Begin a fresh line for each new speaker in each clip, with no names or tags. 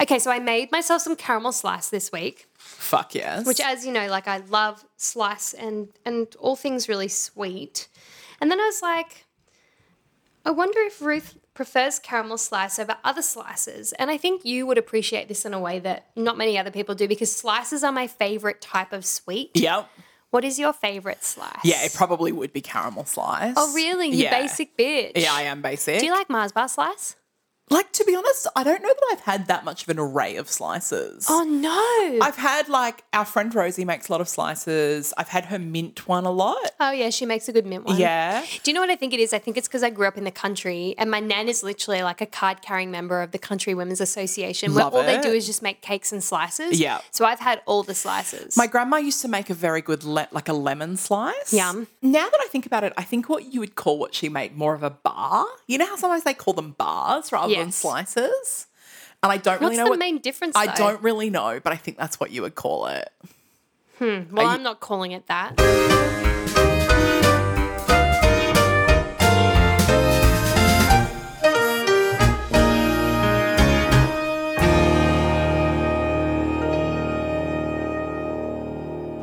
Okay, so I made myself some caramel slice this week,
Fuck yes.
which, as you know, like I love slice and and all things really sweet. And then I was like, I wonder if Ruth prefers caramel slice over other slices. And I think you would appreciate this in a way that not many other people do because slices are my favorite type of sweet.
yep.
What is your favorite slice?
Yeah, it probably would be caramel slice.
Oh, really? You
Yeah.
basic bitch.
Yeah, I am basic.
Do you like Mars bar slice?
Like to be honest, I don't know that I've had that much of an array of slices.
Oh no.
I've had like our friend Rosie makes a lot of slices. I've had her mint one a lot.
oh yeah, she makes a good mint one.
Yeah.
Do you know what I think it is? I think it's because I grew up in the country and my nan is literally like a card carrying member of the Country Women's Association where
Love
all they do
it.
is just make cakes and slices.
Yeah.
So I've had all the slices.
My grandma used to make a very good le- like a lemon slice.
Yum.
Now that I think about it, I think what you would call what she made more of a bar. You know how sometimes they call them bars rather than
Yes.
slices? And I
What's
don't really know
the
what
main difference?
I
though?
don't really know, but I think that's what you would call it.
Well, I'm not calling it that.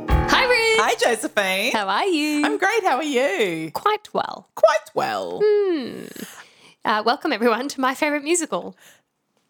Hi, Ruth.
Hi Josephine.
How are you?
I'm great. How are you?
quite well.
Quite well.
Uh, welcome, everyone, to my favorite musical.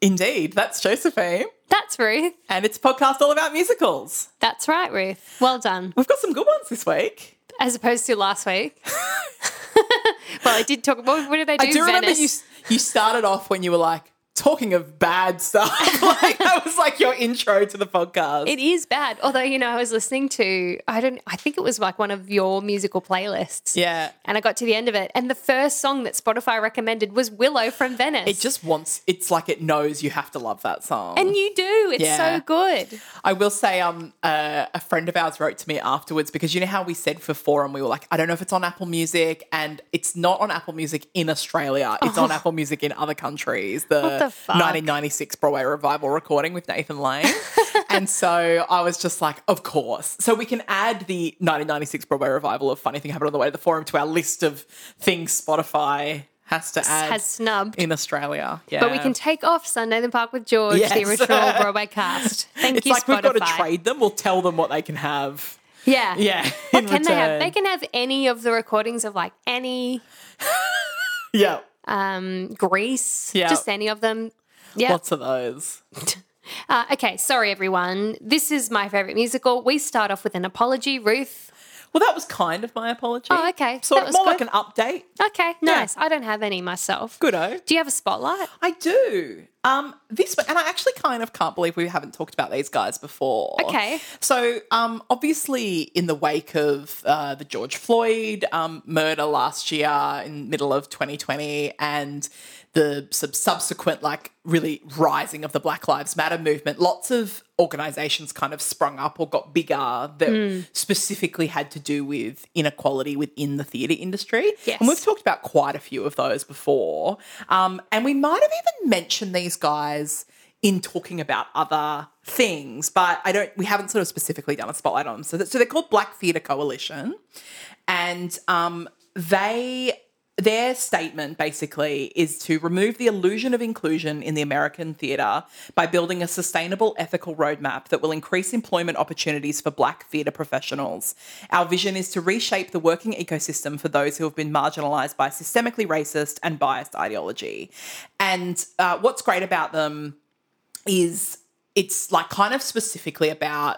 Indeed. That's Josephine.
That's Ruth.
And it's a podcast all about musicals.
That's right, Ruth. Well done.
We've got some good ones this week.
As opposed to last week. well, I did talk. What, what did I do?
I do remember
Venice.
you you started off when you were like talking of bad stuff. like that was like your intro to the podcast.
It is bad. Although, you know, I was listening to, I don't, I think it was like one of your musical playlists.
yeah.
And I got to the end of it. And the first song that Spotify recommended was Willow from Venice.
It just wants it's like it knows you have to love that song.
And you do. It's
Yeah.
so good.
I will say um uh, a friend of ours wrote to me afterwards because you know how we said for forum we were like I don't know if it's on Apple Music and it's not on Apple Music in Australia. It's on Apple Music in other countries. The,
Oh. the fuck?
1996 Broadway revival recording with Nathan Lane. and so I was just like of course. So we can add the 1996 Broadway revival of Funny Thing Happened on the Way to the Forum to our list of things Spotify has to add
Has snubbed.
in Australia. Yeah.
But we can take off Sunday in the Park with George,
Yes.
the original Broadway cast. Thank
it's
you,
like
Spotify.
we've got to trade them. We'll tell them what they can have.
Yeah.
Yeah.
What
in
can they have?
return.
They can have any of the recordings of like Annie,
Yeah.
um, Grease,
Yeah.
just any of them. Yeah.
Lots of those.
Uh, okay, sorry everyone. This is my favorite musical. We start off with an apology, Ruth.
Well, that was kind of my apology.
Oh, okay.
So
That was
more like
good.
an update.
Okay, nice. I don't have any myself.
Goodo.
Do you have a spotlight?
I do. Um, this and I actually kind of can't believe we haven't talked about these guys before.
Okay.
So, um, obviously, in the wake of uh, the George Floyd um, murder last year, in middle of 2020, and the sub- subsequent like really rising of the Black Lives Matter movement, lots of organizations kind of sprung up or got bigger that
Hmm.
specifically had to do with inequality within the theatre industry.
Yes.
And we've talked about quite a few of those before. Um, and we might have even mentioned these guys in talking about other things, but I don't we haven't sort of specifically done a spotlight on them. So, that, so they're called Black Theatre Coalition. And um, they their statement basically is to remove the illusion of inclusion in the American theatre by building a sustainable ethical roadmap that will increase employment opportunities for black theatre professionals. Our vision is to reshape the working ecosystem for those who have been marginalised by systemically racist and biased ideology. And uh, what's great about them is it's like kind of specifically about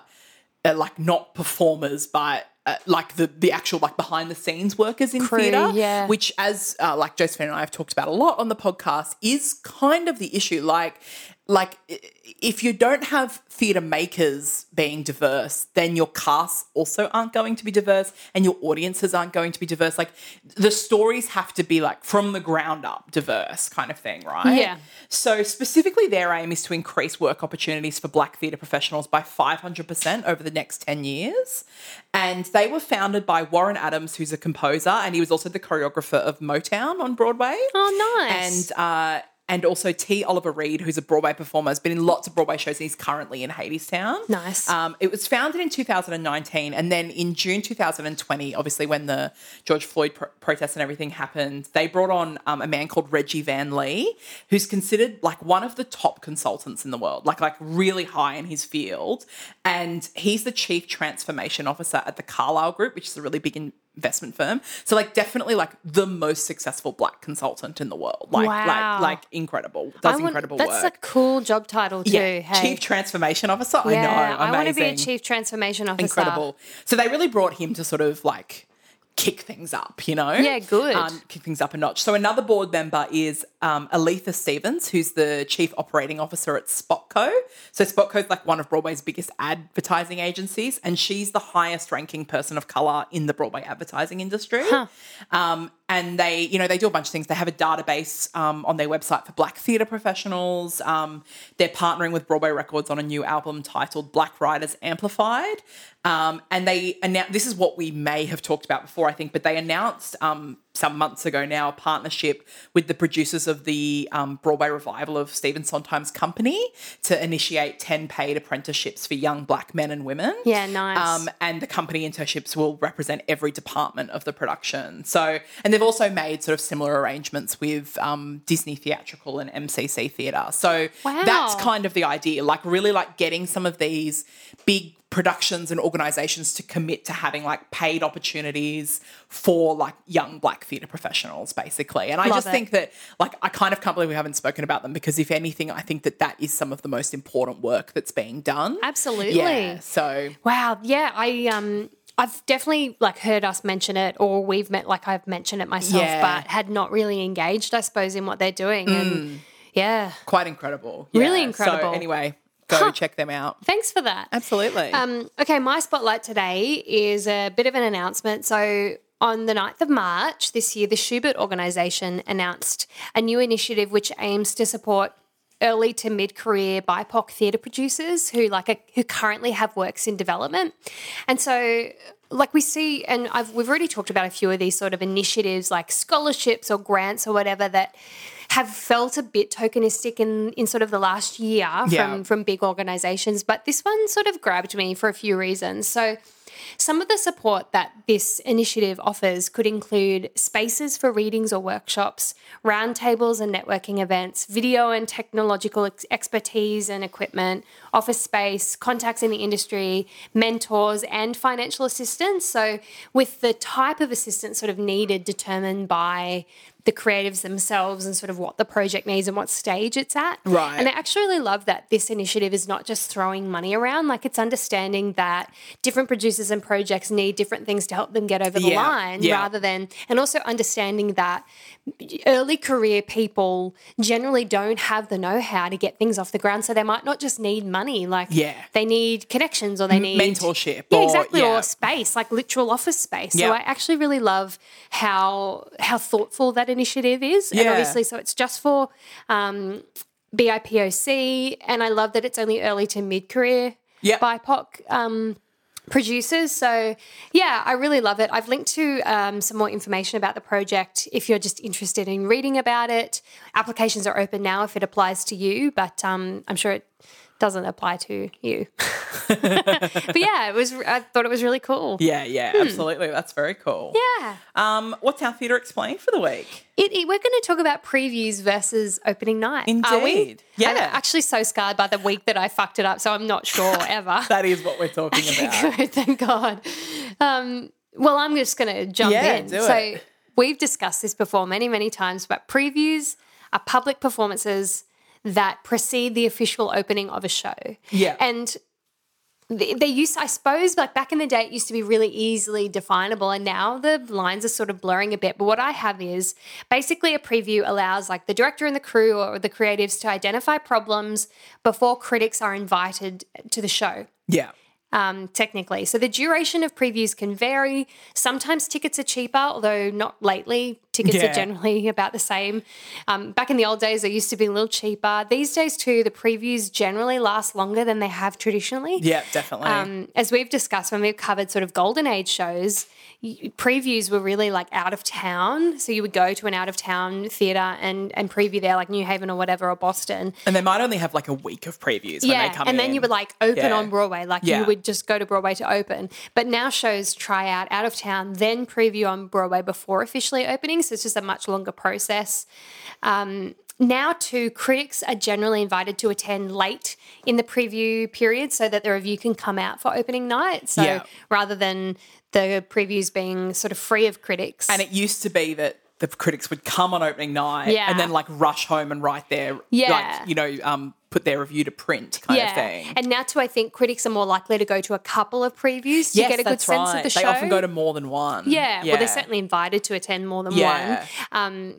uh, like not performers but uh, like the the actual like behind the scenes workers in
Crew,
theatre
yeah.
which as uh, like Josephine and I have talked about a lot on the podcast is kind of the issue like like i- if you don't have theatre makers being diverse then your casts also aren't going to be diverse and your audiences aren't going to be diverse like the stories have to be like from the ground up diverse kind of thing right
Yeah.
so, specifically, their aim is to increase work opportunities for black theatre professionals by 500% over the next 10 years. And they were founded by Warren Adams, who's a composer, and he was also the choreographer of Motown on Broadway.
Oh, nice.
And, uh, and also T. Oliver Reed, who's a Broadway performer, has been in lots of Broadway shows. And he's currently in Hadestown.
Nice.
Um, it was founded in 2019, and then in June 2020, obviously when the George Floyd pro- protests and everything happened, they brought on um, a man called Reggie Van Lee, who's considered like one of the top consultants in the world, like like really high in his field, and he's the chief transformation officer at the Carlyle Group, which is a really big. In- investment firm. So like definitely like the most successful black consultant in the world. Like
Wow.
like like incredible.
I
Does
want-
incredible
that's
work.
a cool job title too.
yeah.
Hey.
Chief transformation officer.
yeah,
I know. Amazing.
I want to be a chief transformation officer.
Incredible. So they really brought him to sort of like kick things up, you know?
Yeah, good.
Um, kick things up a notch. So another board member is um, Aletha Stevens, who's the chief operating officer at Spotco. So Spotco's like one of Broadway's biggest advertising agencies, and she's the highest ranking person of color in the Broadway advertising industry. Um, and they, you know, they do a bunch of things. They have a database um, on their website for Black theatre professionals. Um, they're partnering with Broadway Records on a new album titled Black Writers Amplified. Um, and they announced this is what we may have talked about before, I think, but they announced um, some months ago now a partnership with the producers of the um, Broadway revival of Stephen Sondheim's Company to initiate 10 paid apprenticeships for young black men and women.
Yeah, nice.
Um, and the company internships will represent every department of the production. So, and they've also made sort of similar arrangements with um, Disney Theatrical and MCC Theatre. So that's
Wow.
kind of the idea, like really like getting some of these big productions and organisations to commit to having like paid opportunities for like young black theatre professionals, basically. And I
Love
just
it.
think that like I kind of can't believe we haven't spoken about them because if anything, I think that that is some of the most important work that's being done.
Absolutely.
Yeah. So
Wow. Yeah. I um I've definitely like heard us mention it or we've met like I've mentioned it myself,
Yeah.
but had not really engaged, I suppose, in what they're doing. And yeah.
quite incredible.
Really
Yeah.
incredible.
So anyway, go check them out.
Thanks for that.
Absolutely.
Um, okay, my spotlight today is a bit of an announcement. So, on the 9th of March this year, the Schubert Organisation announced a new initiative which aims to support early to mid-career BIPOC theatre producers who like are, who currently have works in development. And so like we see and I've, we've already talked about a few of these sort of initiatives like scholarships or grants or whatever that have felt a bit tokenistic in, in sort of the last year
Yeah.
from, from big organizations, but this one sort of grabbed me for a few reasons. So, some of the support that this initiative offers could include spaces for readings or workshops, roundtables and networking events, video and technological ex- expertise and equipment, office space, contacts in the industry, mentors, and financial assistance. So, with the type of assistance sort of needed determined by the creatives themselves and sort of what the project needs and what stage it's at.
Right.
And I actually really love that this initiative is not just throwing money around. Like it's understanding that different producers and projects need different things to help them get over the
Yeah,
line
yeah.
rather than, and also understanding that early career people generally don't have the know how to get things off the ground. So they might not just need money. Like
Yeah.
they need connections or they need
mentorship
Yeah,
or-
exactly.
yeah.
Or space, like literal office space.
Yeah.
So I actually really love how how thoughtful that initiative is. And
Yeah.
obviously, so it's just for um, BIPOC, and I love that it's only early to mid career
Yeah.
BIPOC um, producers. So, yeah, I really love it. I've linked to um, some more information about the project if you're just interested in reading about it. Applications are open now if it applies to you, but um, I'm sure it doesn't apply to you. but yeah, it was. I thought it was really cool.
yeah, yeah, absolutely. That's very cool.
hmm. yeah.
Um, what's our theatre explain for the week?
It, it- we're going to talk about previews versus opening night. Are we?
Indeed. Yeah.
I'm actually so scarred by the week that I fucked it up, so I'm not sure ever.
That is what we're talking about.
Good, thank God. Um, well, I'm just going to jump
Yeah,
in.
do
so
it.
we've discussed this before many, many times, but previews are public performances that precede the official opening of a show.
Yeah.
And th- they used, I suppose, like back in the day, it used to be really easily definable, and now the lines are sort of blurring a bit. But what I have is basically a preview allows like the director and the crew or the creatives to identify problems before critics are invited to the show
yeah.
um, technically. So the duration of previews can vary. Sometimes tickets are cheaper, although not lately. tickets
Yeah.
are generally about the same. Um, back in the old days, they used to be a little cheaper. These days, too, the previews generally last longer than they have traditionally.
Yeah, definitely.
Um, as we've discussed when we've covered sort of golden age shows, y- previews were really like out of town. So you would go to an out of town theatre and, and preview there, like New Haven or whatever, or Boston.
and they might only have like a week of previews when they come
and then
in.
you would like open
Yeah.
on Broadway, like
Yeah.
you would just go to Broadway to open. But now shows try out out of town, then preview on Broadway before officially opening. So it's just a much longer process. Um, now, too, critics are generally invited to attend late in the preview period so that the review can come out for opening night. So
Yeah.
rather than the previews being sort of free of critics,
And it used to be that the critics would come on opening night
Yeah.
and then like rush home and write their
Yeah.
like you know um put their review to print kind of thing.
and now too, I think critics are more likely to go to a couple of previews to
yes,
get a good
that's
sense
right.
of the show.
They often go to more than one.
Yeah, well, they're certainly invited to attend more than
Yeah.
one. Um,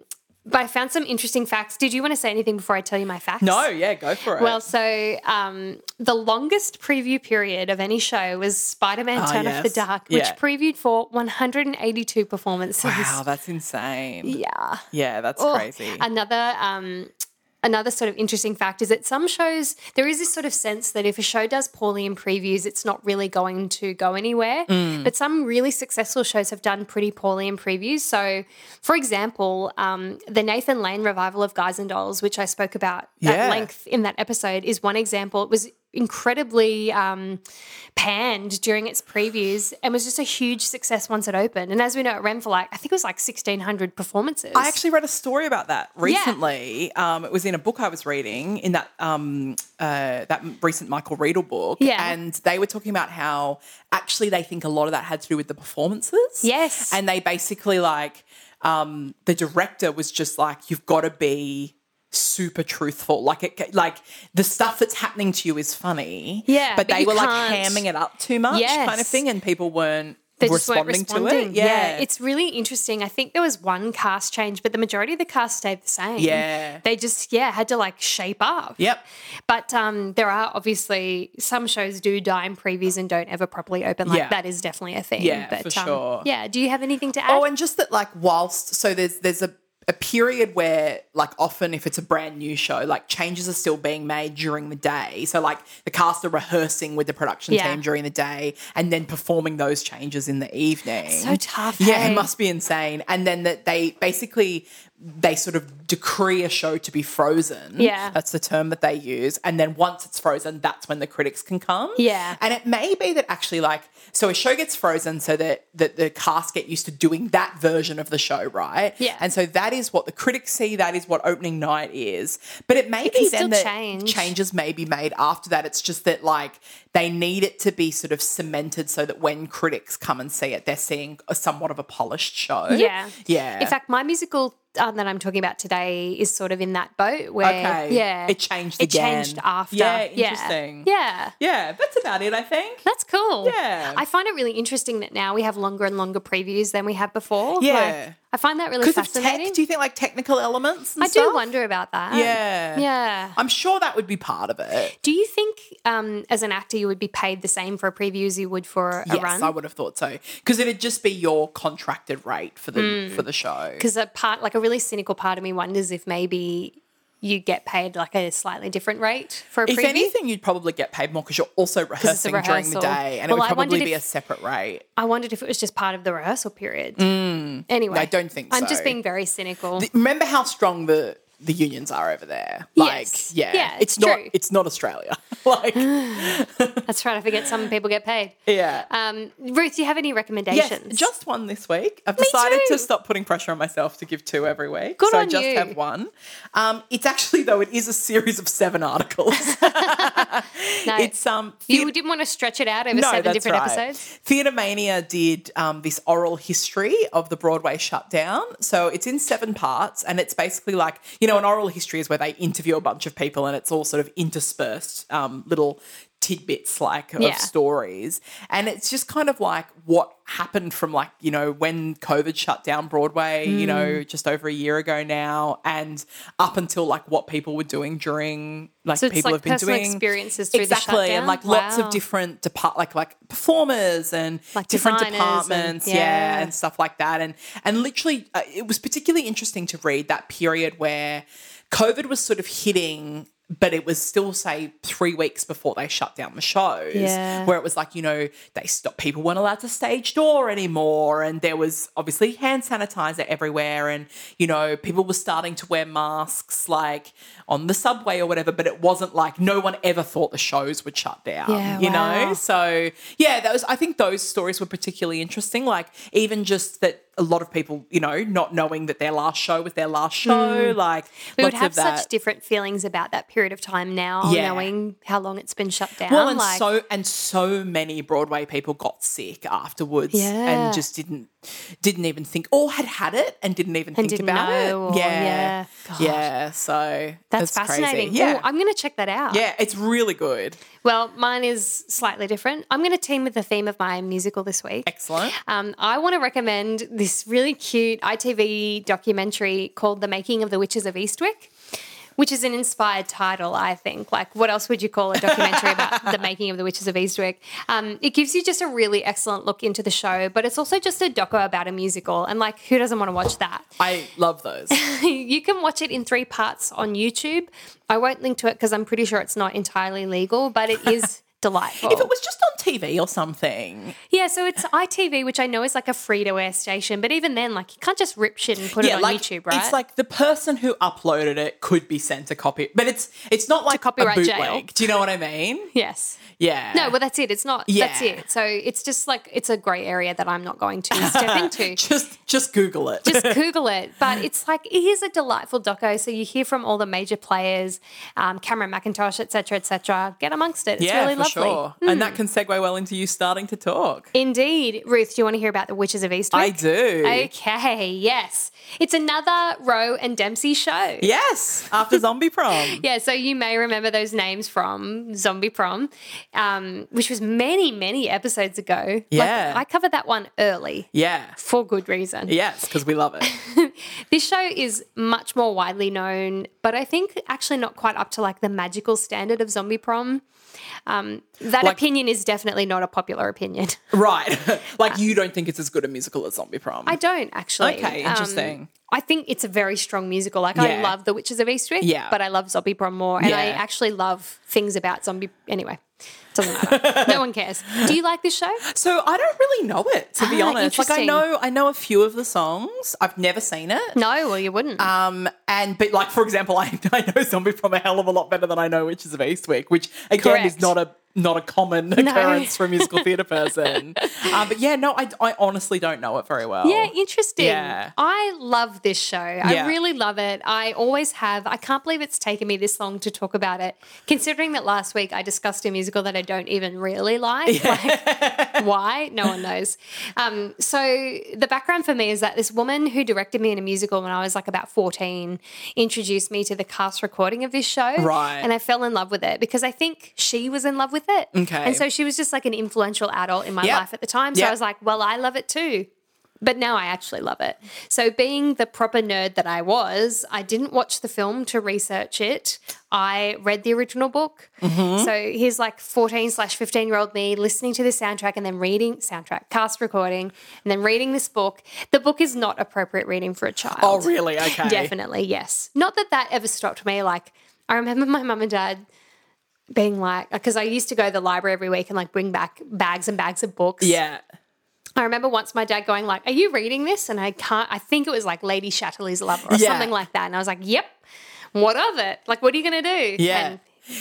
but I found some interesting facts. Did you want to say anything before I tell you my facts?
No, yeah, go for it.
Well, so um, the longest preview period of any show was Spider Man
Ah,
Turn Off the
yes.
Dark, which
Yeah.
previewed for 182 performances.
wow, that's insane. Yeah,
Yeah.
that's
Oh,
crazy.
Another um, another sort of interesting fact is that some shows there is this sort of sense that if a show does poorly in previews, it's not really going to go anywhere.
Mm.
But some really successful shows have done pretty poorly in previews. So, for example, um, the Nathan Lane revival of Guys and Dolls, which I spoke about
Yeah.
at length in that episode, is one example. It was incredibly um, panned during its previews and was just a huge success once it opened. And as we know, it ran for like I think it was like sixteen hundred performances.
I actually read a story about that recently. Um, it was in a book I was reading in that um, uh, that recent Michael Riedel book,
Yeah.
and they were talking about how actually they think a lot of that had to do with the performances.
Yes.
and they basically like um, the director was just like, "You've got to be." super truthful like it like the stuff that's happening to you is funny
Yeah,
but,
but
they
you
were like
can't-
hamming it up too much kind of
Yes.
thing and people weren't
they just weren't
responding,
responding.
to it
it's really interesting. I think there was one cast change, but the majority of the cast stayed the same.
Yeah.
they just yeah had to like shape up.
yep
But um, there are obviously some shows do die in previews and don't ever properly open. Like
Yeah.
that is definitely a thing.
Yeah,
but, um,
for sure.
Yeah. Do you have anything to add?
Oh, and just that, like, whilst so there's there's a a period where, like, often if it's a brand new show, like changes are still being made during the day. So, like, the cast are rehearsing with the production
Yeah.
team during the day and then performing those changes in the evening.
so tough.
Yeah,
hey?
it must be insane. And then that they basically they sort of decree a show to be frozen.
Yeah.
That's the term that they use. And then once it's frozen, that's when the critics can come.
Yeah.
And it may be that actually like so a show gets frozen so that that the cast get used to doing that version of the show, right?
Yeah.
And so that is what the critics see, that is what opening night is. But it may be
can
then
still
that
change.
changes may be made after that. It's just that like they need it to be sort of cemented so that when critics come and see it, they're seeing a somewhat of a polished show.
Yeah.
Yeah.
In fact, my musical um, that I'm talking about today is sort of in that boat where
Okay.
yeah
It changed
It changed
again.
after.
Yeah, interesting.
Yeah. yeah.
yeah, that's about it, I think.
That's cool.
Yeah.
I find it really interesting that now we have longer and longer previews than we have before. Like,
Yeah.
I find that really
Because of tech,
fascinating.
do you think like technical elements and
I
stuff?
do wonder about that.
Yeah.
Yeah.
I'm sure that would be part of it.
Do you think um, as an actor you would be paid the same for a preview as you would for a
yes,
run?
I would have thought so. Because it'd just be your contracted rate for the
Hmm.
for the show.
Because a part like a really cynical part of me wonders if maybe you get paid like a slightly different rate for a
If
preview.
anything, you'd probably get paid more because you're also
it's a
rehearsing during the
rehearsal.
day, and
Well,
it
I
would probably
wondered
be a
if-
separate rate.
I wondered if it was just part of the rehearsal period. Anyway,
Mm. I don't think
I'm
so.
just being very cynical.
remember how strong the the unions are over there. Like,
Yes.
yeah,
Yeah,
it's,
it's
not
true.
it's not Australia. like,
That's right. I forget some people get paid.
yeah.
Um, Ruth, do you have any
Yes,
recommendations?
just one this week. I've decided
too.
to stop putting pressure on myself to give two every week.
Good
so I
on
just
you.
have one. Um, it's actually though it is a series of seven articles.
No.
it's um
You didn't want to stretch it out over seven different episodes.
Theatre Mania did um, this oral history of the Broadway shutdown. So it's in seven parts, and it's basically like you know, an oral history is where they interview a bunch of people, and it's all sort of interspersed um, little tidbits like
Yeah.
of stories and it's just kind of like what happened from like you know when covid shut down broadway you
Mm.
know just over a year ago now and up until like what people were doing during like
So it's
people
like
have been
personal
doing
experiences through the
exactly and
shutdown?
like lots
Wow.
of different depart like like performers and
Like
different
designers and-
departments
yeah.
yeah and stuff like that. And and literally, uh, it was particularly interesting to read that period where COVID was sort of hitting. But it was still, say, three weeks before they shut down the shows,
Yeah.
where it was like, you know, they stopped, people weren't allowed to stage door anymore. And there was obviously hand sanitizer everywhere. And, you know, people were starting to wear masks like on the subway or whatever. But it wasn't like no one ever thought the shows would shut down,
Yeah,
Um, you
wow.
know? So yeah, that was. I think those stories were particularly interesting. Like even just that a lot of people, you know, not knowing that their last show was their last show. Like
Hmm. We
lots
would have
of that.
such different feelings about that period of time now,
Yeah.
knowing how long it's been shut down.
well, and
like,
so and so many Broadway people got sick afterwards
Yeah.
and just didn't didn't even think or had had it and didn't even think
didn't
about
know or-
it. Yeah,
yeah. God.
yeah. So
that's,
crazy.
fascinating.
Yeah,
Ooh, I'm going to check that out.
yeah. It's really good.
Well, mine is slightly different. I'm going to team with the theme of my musical this week.
Excellent.
Um, I want to recommend this really cute ITV documentary called The Making of the Witches of Eastwick, which is an inspired title, I think. Like, what else would you call a documentary about the making of the Witches of Eastwick? Um, it gives you just a really excellent look into the show, but it's also just a doco about a musical. And, like, who doesn't want to watch that?
I love those.
you can watch it in three parts on YouTube. I won't link to it because I'm pretty sure it's not entirely legal, but it is delightful.
if it was just on TV or something,
Yeah, so it's ITV, which I know is like a free to air station, but even then, like you can't just rip shit and put it on YouTube, right?
It's like the person who uploaded it could be sent a copy, but it's it's not like
copyright
a
jail.
bootleg. Do you know what I mean?
yes.
Yeah.
No, well, that's it. It's not. That's
Yeah.
it. So it's just like it's a grey area that I'm not going to step into.
just just Google it.
just Google it. But it's like it is a delightful doco. So you hear from all the major players, um, Cameron McIntosh, et cetera, et cetera. Get amongst it. It's
yeah,
really
for
lovely. Hmm.
sure. And that can segue well into you starting to talk.
Indeed, Ruth. Do you want to hear about the Witches of Eastwick?
I do.
Okay. Yes, it's another Rowe and Dempsey show.
Yes, after Zombie Prom.
Yeah, so you may remember those names from Zombie Prom, um, which was many, many episodes ago.
Yeah.
Like, I covered that one early
Yeah.
for good reason.
Yes, because we love it.
This show is much more widely known, but I think actually not quite up to like the magical standard of Zombie Prom. Um, that
Like-
opinion is definitely not a popular opinion.
right. like you don't think it's as good a musical as Zombie Prom.
I don't actually.
Okay,
Um,
interesting.
I think it's a very strong musical. Like I
Yeah.
love The Witches of Eastwick,
Yeah.
but I love Zombie Prom more, and I
Yeah.
actually love things about zombie. Anyway, doesn't matter. no one cares. Do you like this show?
So I don't really know it, to be
Ah,
honest. Like I
interesting.
know I know a few of the songs. I've never seen it.
No, well you wouldn't.
Um, and but like for example, I, I know Zombie from a hell of a lot better than I know Witches of Eastwick, which again
Correct.
is not a not a common occurrence for a musical theatre person. um, but yeah, no, I, I honestly don't know it very well.
yeah, interesting.
yeah.
I love this show. I
Yeah.
really love it. I always have. I can't believe it's taken me this long to talk about it, considering that last week I discussed a musical that I don't even really like. Like, why? No one knows. Um, so, the background for me is that this woman who directed me in a musical when I was like about 14 introduced me to the cast recording of this show.
Right.
And I fell in love with it because I think she was in love with it.
Okay.
And so she was just like an influential adult in my
Yep.
life at the time. So I
Yep.
was like, well, I love it too. But now I actually love it. So, being the proper nerd that I was, I didn't watch the film to research it. I read the original book.
Mm-hmm.
So, here's like 14 slash 15 year old me listening to the soundtrack and then reading soundtrack, cast recording, and then reading this book. The book is not appropriate reading for a child.
Oh really? Okay.
Definitely, yes. Not that that ever stopped me. Like, I remember my mum and dad being like, because I used to go to the library every week and like bring back bags and bags of books.
Yeah.
I remember once my dad going like, "Are you reading this?" And I can't. I think it was like Lady Chatterley's Lover or
Yeah.
something like that. And I was like, "Yep." What of it? Like, what are you going to do?
Yeah.
And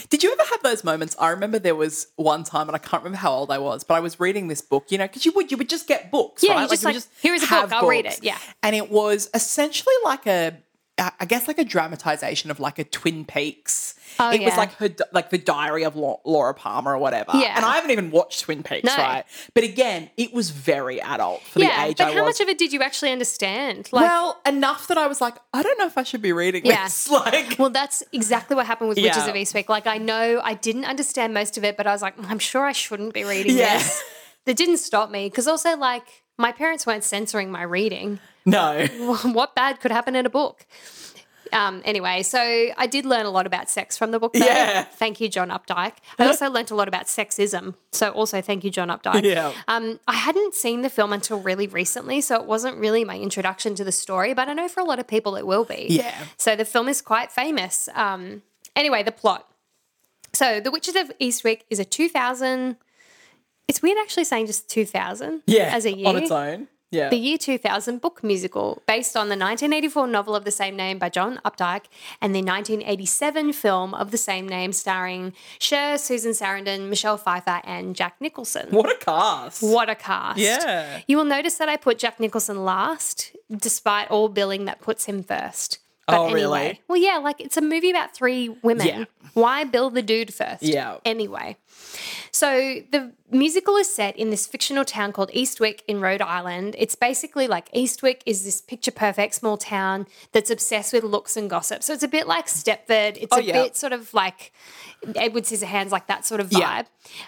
Did you ever have those moments? I remember there was one time, and I can't remember how old I was, but I was reading this book, you know, because you would you would just get books,
Yeah,
right?
you just
you would
like, "Here is a book,
have
I'll read
books.
it," yeah.
and it was essentially like a I I guess like a dramatization of like a Twin Peaks.
Oh,
it was
yeah.
like her di- like the Diary of Lau- Laura Palmer or whatever.
Yeah.
And I haven't even watched Twin Peaks,
No.
right? But again, it was very adult for
yeah,
the age
but
I
how
was.
much of it did you actually understand? Like, well,
well, enough that I was like, I don't know if I should be reading
Yeah.
this. Like,
that's exactly what happened with Witches
Yeah.
of Eastwick. Like, I know I didn't understand most of it, but I was like, I'm sure I shouldn't be reading
Yeah.
this. That didn't stop me because also like my parents weren't censoring my reading.
no.
what bad could happen in a book? Um, anyway, so I did learn a lot about sex from the book. Though.
Yeah.
Thank you, John Updike. I also learned a lot about sexism. So also thank you, John Updike.
Yeah.
Um, I hadn't seen the film until really recently, so it wasn't really my introduction to the story, but I know for a lot of people it will be.
Yeah.
So the film is quite famous. Um, anyway, the plot. So The Witches of Eastwick is a 2000. It's weird actually saying just 2000
Yeah.
as a year.
On its own. Yeah.
The Year 2000 book musical, based on the 1984 novel of the same name by John Updike and the 1987 film of the same name starring Cher, Susan Sarandon, Michelle Pfeiffer, and Jack Nicholson.
what a cast.
What a cast.
Yeah.
You will notice that I put Jack Nicholson last, despite all billing that puts him first.
Oh, really?
Well, yeah, like it's a movie about three women.
Yeah.
Why bill the dude first?
Yeah.
Anyway. So the musical is set in this fictional town called Eastwick in Rhode Island. It's basically like Eastwick is this picture perfect small town that's obsessed with looks and gossip. So it's a bit like Stepford. It's a
Oh, yeah.
bit sort of like Edward Scissorhands, like that sort of vibe.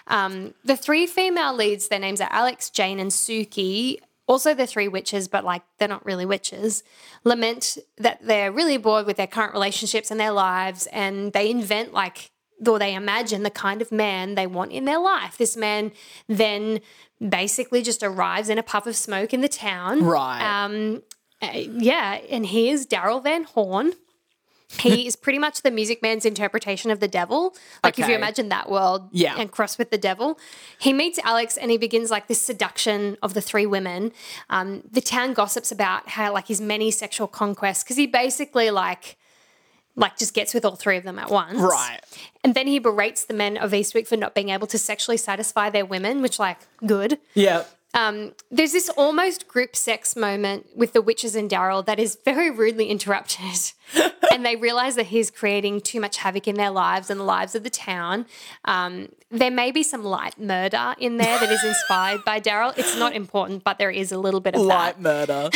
Yeah.
Um, the three female leads, their names are Alex, Jane, and Suki. Also, the three witches, but like they're not really witches, lament that they're really bored with their current relationships and their lives, and they invent like or they imagine the kind of man they want in their life. This man then basically just arrives in a puff of smoke in the town.
Right.
Um, uh, yeah, and he is Daryl Van Horn. He is pretty much the music man's interpretation of the devil. Like if
Okay.
you imagine that world
Yeah.
and cross with the devil. He meets Alex and he begins like this seduction of the three women. Um, the town gossips about how like his many sexual conquests because he basically like like just gets with all three of them at once.
Right.
And then he berates the men of Eastwick for not being able to sexually satisfy their women, which like good
Yeah.
um, there's this almost group sex moment with the witches and Daryl that is very rudely interrupted. and they realize that he's creating too much havoc in their lives and the lives of the town. Um, there may be some light murder in there that is inspired by Daryl. It's not important, but there is a little bit of that.
Light murder.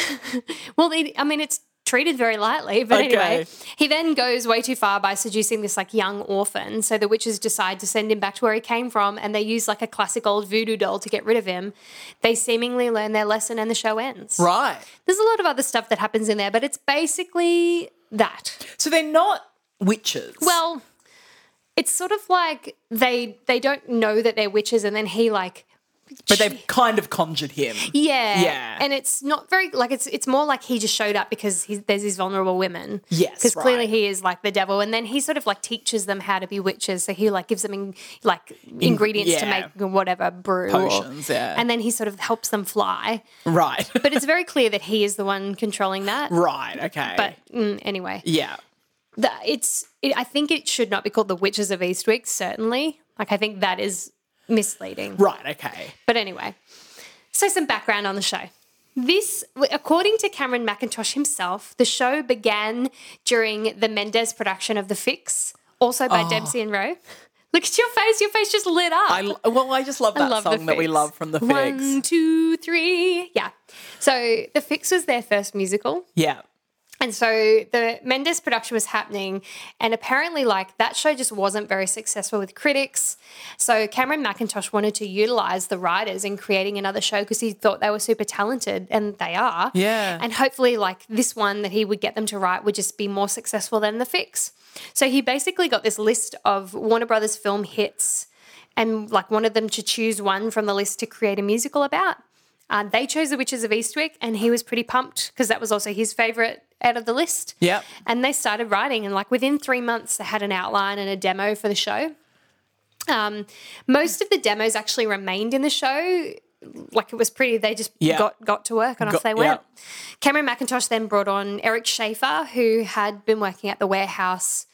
Well, it, I mean, it's treated very lightly, but anyway,
Okay.
he then goes way too far by seducing this like young orphan. So the witches decide to send him back to where he came from, and they use like a classic old voodoo doll to get rid of him. They seemingly learn their lesson, and the show ends.
right.
There's a lot of other stuff that happens in there, but it's basically that.
So they're not witches.
Well, it's sort of like they they don't know that they're witches, and then he like
but they've kind of conjured him.
Yeah.
Yeah.
And it's not very like it's it's more like he just showed up because he's, there's these vulnerable women.
Yes,
Because clearly
right.
he is like the devil, and then he sort of like teaches them how to be witches. So he like gives them in, like ingredients to
yeah.
make whatever brew or-
Potions, yeah.
And then he sort of helps them fly.
Right.
But it's very clear that he is the one controlling that.
right. Okay.
But mm, anyway,
yeah.
the, it's it, I think it should not be called the Witches of Eastwick. Certainly, like I think that is misleading.
Right. Okay.
But anyway, so some background on the show. This, according to Cameron McIntosh himself, the show began during the Mendes production of The Fix, also by Dempsey and Rowe. Look at your face. Your face just lit up.
Oh. I l- well, I just love that
love The
song that we
Fix.
love from the Figs.
One, two, three. Yeah. So The Fix was their first musical.
Yeah.
And so the Mendes production was happening, and apparently, like that show just wasn't very successful with critics. So Cameron McIntosh wanted to utilize the writers in creating another show because he thought they were super talented, and they are.
Yeah.
And hopefully, like this one that he would get them to write would just be more successful than The Fix. So he basically got this list of Warner Brothers film hits, and like wanted them to choose one from the list to create a musical about. Uh, they chose The Witches of Eastwick, and he was pretty pumped because that was also his favorite out of the list.
Yep.
And they started writing, and like within three months, they had an outline and a demo for the show. Um, most of the demos actually remained in the show. Like it was pretty, they just
Yeah.
got got to work and off
Got-
they went. Cameron McIntosh then brought on Eric Schaefer, who had been working at the warehouse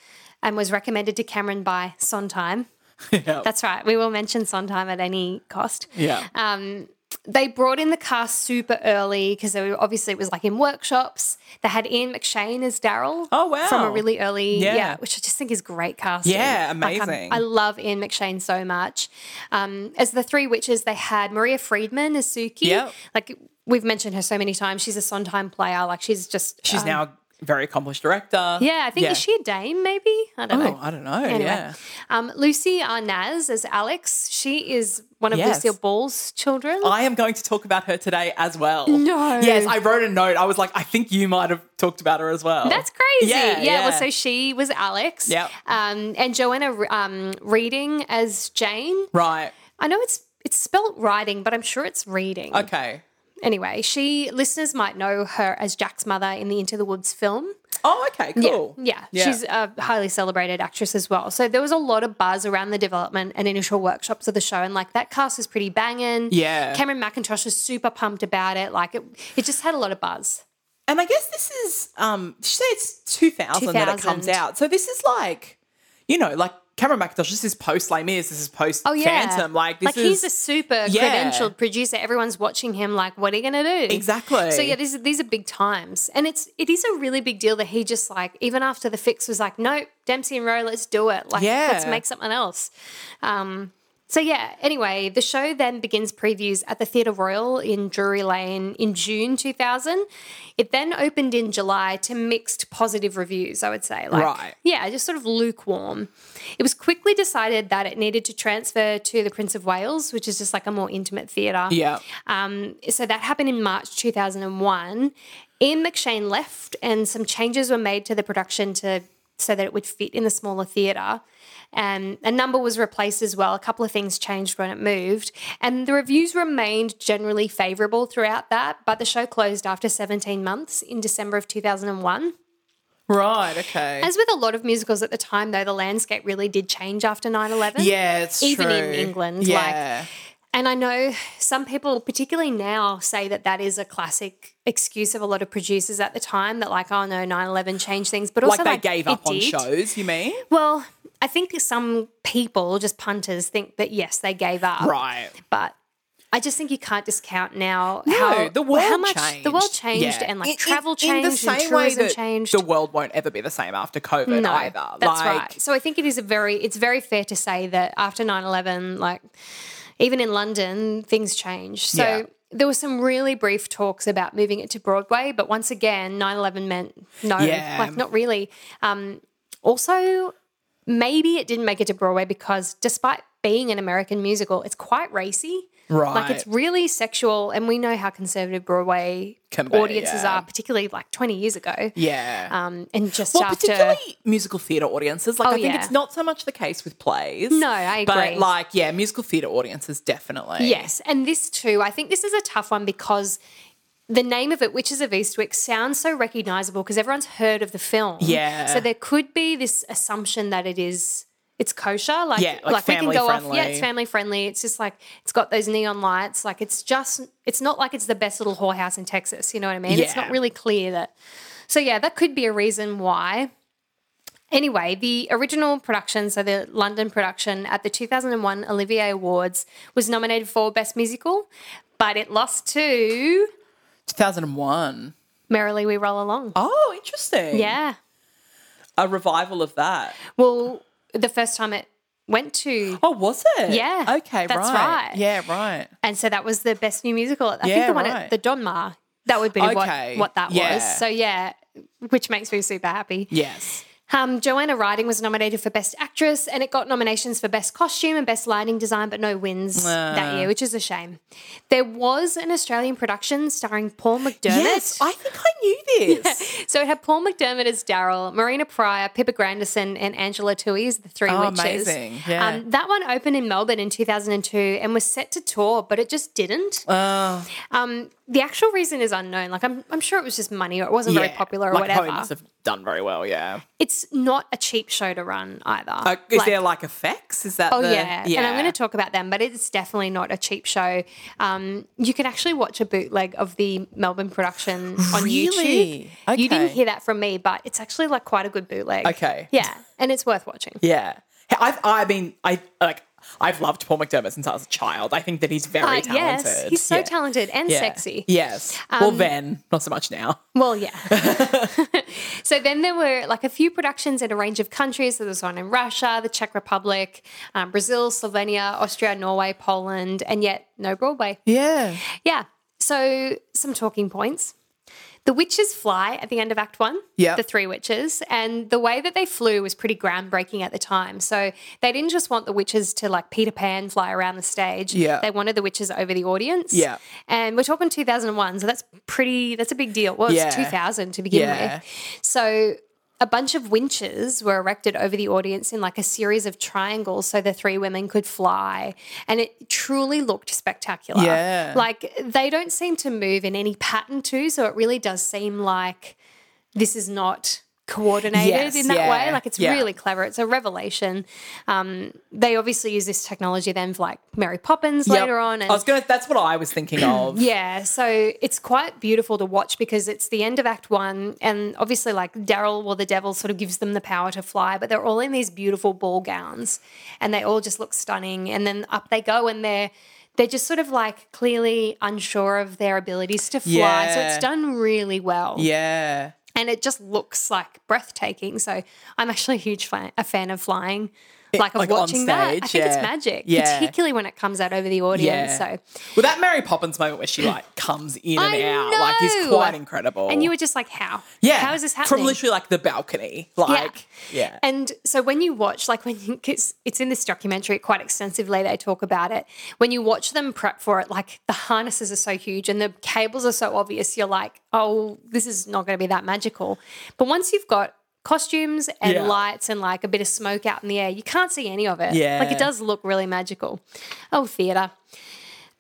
and was recommended to Cameron by Sondheim.
Yeah.
That's right. We will mention Sondheim at any cost.
yeah.
Um, they brought in the cast super early because they were obviously it was like in workshops. They had Ian McShane as Daryl.
Oh, wow.
From a really early
Yeah.
yeah, which I just think is great casting.
Yeah,
Like, I'm-
amazing.
I love Ian McShane so much. Um, as the three witches, they had Maria Friedman as Suki.
Yep.
like we've mentioned her so many times. She's a Sondheim player. Like she's just
She's
um,
now a very accomplished director.
yeah. I think is she a dame? Maybe I don't
Oh,
know.
I don't know.
Anyway,
Yeah.
um, Lucy Arnaz as Alex. She is one of
Yes.
Lucille Ball's children.
I am going to talk about her today as well.
No.
Yes, I wrote a note. I was like, I think you might have talked about her as well.
That's crazy.
Yeah,
Yeah.
yeah.
Well, so she was Alex.
Yep.
Um, and Joanna um, reading as Jane.
right.
I know it's it's spelt writing, but I'm sure it's reading.
Okay.
Anyway, she listeners might know her as Jack's mother in the Into the Woods film.
Oh, okay. Cool.
Yeah. She's a highly celebrated actress as well. So there was a lot of buzz around the development and initial workshops of the show. And like that cast is pretty banging.
Yeah.
Cameron McIntosh is super pumped about it. Like it, it just had a lot of buzz.
and I guess this is um did you say it's 2000, that it comes
2000.
out. So this is like, you know, like Cameron McIntosh, this is post Les Mis, this is post
Oh yeah,
Phantom. Like this is
he's a super
Yeah.
credentialed producer. Everyone's watching him. Like, what are you going to do?
Exactly.
So yeah, these are, these are big times, and it's it is a really big deal that he just like even after the fix was like, nope, Dempsey and Rowe, let's do it. Like,
Yeah.
let's make something else. Um, so yeah. Anyway, the show then begins previews at the Theatre Royal in Drury Lane in June 2000. It then opened in July to mixed positive reviews. I would say, like,
Right.
yeah, just sort of lukewarm. It was quickly decided that it needed to transfer to the Prince of Wales, which is just like a more intimate theatre.
Yeah.
Um, so that happened in March 2001. Ian McShane left, and some changes were made to the production to so that it would fit in the smaller theatre. Um, a number was replaced as well. A couple of things changed when it moved, and the reviews remained generally favourable throughout that. But the show closed after 17 months in December of 2001.
Right, okay.
As with a lot of musicals at the time, though, the landscape really did change after 9 11.
yeah, it's
even in
true.
England, like,
Yeah.
And I know some people, particularly now, say that that is a classic excuse of a lot of producers at the time that, like, oh no, 9 11 changed things. But also,
like they gave
it
up on
did.
shows, you mean?
Well, I think some people, just punters, think that yes, they gave up.
Right.
But I just think you can't discount now
No,
how
the world
how much
changed.
the world changed
Yeah.
and like
In- in-
travel
in
changed and tourism changed.
The world won't ever be the same after COVID
no,
either.
That's
like,
right. So I think it is a very it's very fair to say that after 9/11 like even in London things changed. So
Yeah.
there were some really brief talks about moving it to Broadway, but once again 9/11 meant no,
Yeah.
like not really. Um also maybe it didn't make it to Broadway because despite being an American musical, it's quite racy. Like it's
Right.
really sexual, and we know how conservative Broadway
Can be,
audiences
yeah.
are, particularly like twenty years ago.
Yeah.
Um, and just
well,
after
particularly musical theatre audiences. Like,
Oh,
I think
yeah.
it's not so much the case with plays.
No, I
But,
agree.
like, yeah, musical theatre audiences, definitely.
Yes, and this too. I think this is a tough one because the name of it, Witches of Eastwick, sounds so recognizable because everyone's heard of the film.
Yeah.
So there could be this assumption that it is it's kosher, like
Yeah, like family
off. Yeah, it's
friendly.
family friendly. It's just like it's got those neon lights. Like it's just it's not like it's the best little whorehouse in Texas. You know what I mean? It's
Yeah.
not really clear that. So yeah, that could be a reason why. Anyway, the original production, so the London production at the 2001 Olivier Awards, was nominated for Best Musical, but it lost to
2001.
Merrily We Roll Along.
Oh, interesting.
Yeah.
A revival of that.
Well, the first time it went to.
Oh, was it?
Yeah,
Okay,
that's
right.
right.
Yeah, right.
And so that was the Best New Musical. I
Yeah,
think the one
right.
at the Donmar, that would be
Okay.
what, what that
Yeah.
was. So yeah, which makes me super happy.
Yes.
Um, Joanna Riding was nominated for Best Actress, and it got nominations for Best Costume and Best Lighting Design, but no wins
Ah.
that year, which is a shame. There was an Australian production starring Paul McDermott.
Yes, I think I knew this.
so it had Paul McDermott as Daryl, Marina Pryor, Pippa Grandison, and Angela Toohey as the three
Oh,
witches.
amazing. Yeah.
Um, that one opened in Melbourne in 2002 and was set to tour, but it just didn't.
Oh,
Um, the actual reason is unknown. Like I'm, I'm sure it was just money, or it wasn't very
yeah.
popular, or
like,
whatever.
Probably must have done very well, yeah.
It's not a cheap show to run either.
Uh, is
Like-
there like effects? Is that
Oh
the,
yeah. and I'm going to talk about them, but it's definitely not a cheap show. Um, you can actually watch a bootleg of the Melbourne production on
Really?
YouTube. You
Okay.
didn't hear that from me, but it's actually like quite a good bootleg.
Okay.
Yeah, and it's worth watching.
Yeah, Hey, I've, I mean, I like I've loved Paul McDermott since I was a child. I think that he's very
Uh,
talented.
yes, he's so
Yeah.
talented and
Yeah.
sexy. Um,
Yes. well, then, not so much now.
Well, yeah. so then there were like a few productions in a range of countries. There was one in Russia, the Czech Republic, um, Brazil, Slovenia, Austria, Norway, Poland, and yet no Broadway.
Yeah.
Yeah. So some talking points. The witches fly at the end of Act One.
Yeah.
The three witches. And the way that they flew was pretty groundbreaking at the time. So they didn't just want the witches to like Peter Pan fly around the stage.
Yeah.
They wanted the witches over the audience.
Yeah.
And we're talking 2001. So that's pretty, that's a big deal. Well,
Yeah.
it's 2000 to begin
Yeah.
with. So a bunch of winches were erected over the audience in like a series of triangles so the three women could fly. And it truly looked spectacular.
Yeah.
Like they don't seem to move in any pattern too. So it really does seem like this is not coordinated
Yes,
in that
yeah,
way. Like it's
yeah.
really clever. It's a revelation. Um, they obviously use this technology then for like Mary Poppins
Yep.
later on. And
I was gonna. That's what I was thinking of.
yeah, so it's quite beautiful to watch because it's the end of Act One, and obviously, like Daryl or the Devil sort of gives them the power to fly, but they're all in these beautiful ball gowns, and they all just look stunning. And then up they go, and they're they're just sort of like clearly unsure of their abilities to fly. So
Yeah.
it's done really well,
Yeah.
and it just looks like breathtaking. So I'm actually a huge fan, a fan of flying. Like, of
like on
watching that, I
stage,
think it's
yeah.
magic,
Yeah.
particularly when it comes out over the audience.
Yeah.
So
Well, that Mary Poppins moment where she like comes in and
I
out, like, is
know.
quite incredible.
And you were just like, how?
yeah,
How is this happening?
From literally like the balcony, like, yeah,
And so when you watch, like when you, cause it's in this documentary quite extensively, they talk about it. When you watch them prep for it, like the harnesses are so huge and the cables are so obvious, you're like, oh, this is not going to be that magical. But once you've got costumes and
Yeah.
lights and like a bit of smoke out in the air, you can't see any of it. Like
Yeah.
it does look really magical. Oh, theatre.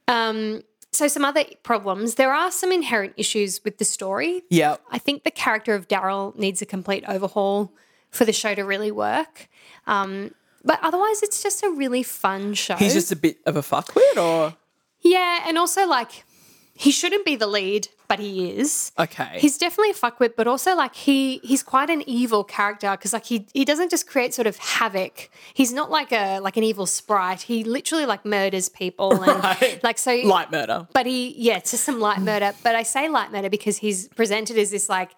Um, so some other problems. There are some inherent issues with the story
yeah.
I think the character of Daryl needs a complete overhaul for the show to really work. Um, but otherwise, it's just a really fun show.
He's just a bit of a fuckwit, or
yeah, and also like he shouldn't be the lead, but he is.
okay,
He's definitely a fuckwit, but also like he he's quite an evil character because like he he doesn't just create sort of havoc. He's not like a like an evil sprite. He literally like murders people and
Right.
like so
light murder.
but he yeah it's just some light
Mm.
murder but i say light murder because he's presented as this like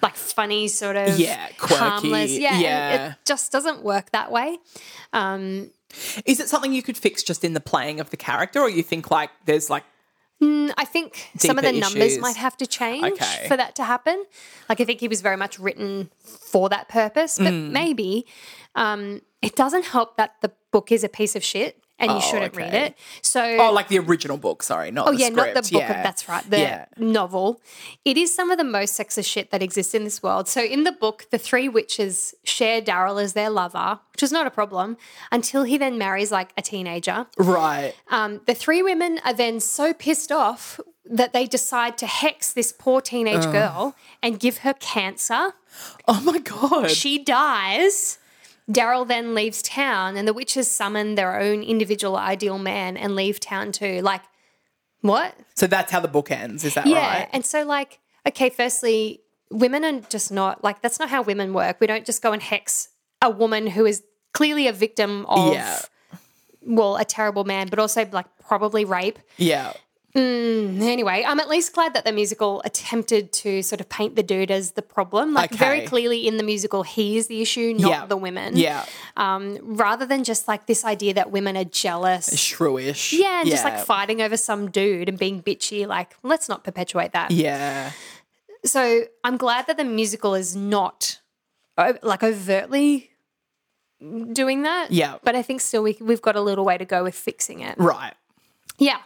like funny sort of
Yeah, quirky,
harmless yeah, and
yeah.
it just doesn't work that way um
Is it something you could fix just in the playing of the character, or you think like there's like
and i think some of the
Deeper
numbers
issues.
might have to change
Okay.
for that to happen like i think he was very much written for that purpose but
Mm.
maybe um it doesn't help that the book is a piece of shit and you
Oh,
shouldn't read
okay.
it so
oh like the original book? Sorry, not
Oh yeah, not the
script.
book.
Yeah.
Of, that's right, the
Yeah.
novel. It is some of the most sexist shit that exists in this world. So in the book, the three witches share Daryl as their lover, which is not a problem until he then marries like a teenager.
right.
Um, the three women are then so pissed off that they decide to hex this poor teenage girl and give her cancer.
Oh my god.
She dies. Daryl then leaves town, and the witches summon their own individual ideal man and leave town too. Like, what?
so that's how the book ends. Is that
Yeah.
right?
And so, like, okay, firstly, women are just not like, that's not how women work. We don't just go and hex a woman who is clearly a victim of,
Yeah.
well, a terrible man, but also like probably rape.
Yeah.
Anyway, I'm at least glad that the musical attempted to sort of paint the dude as the problem. Like, very
Okay.
clearly in the musical, he is the issue, not
Yeah.
the women.
Yeah.
Um, rather than just like this idea that women are jealous.
Shrewish.
Yeah, and just like fighting over some dude and being bitchy. Like, let's not perpetuate that.
Yeah.
so I'm glad that the musical is not o- like overtly doing that.
Yeah.
But I think still we, we've got a little way to go with fixing it.
Right.
Yeah.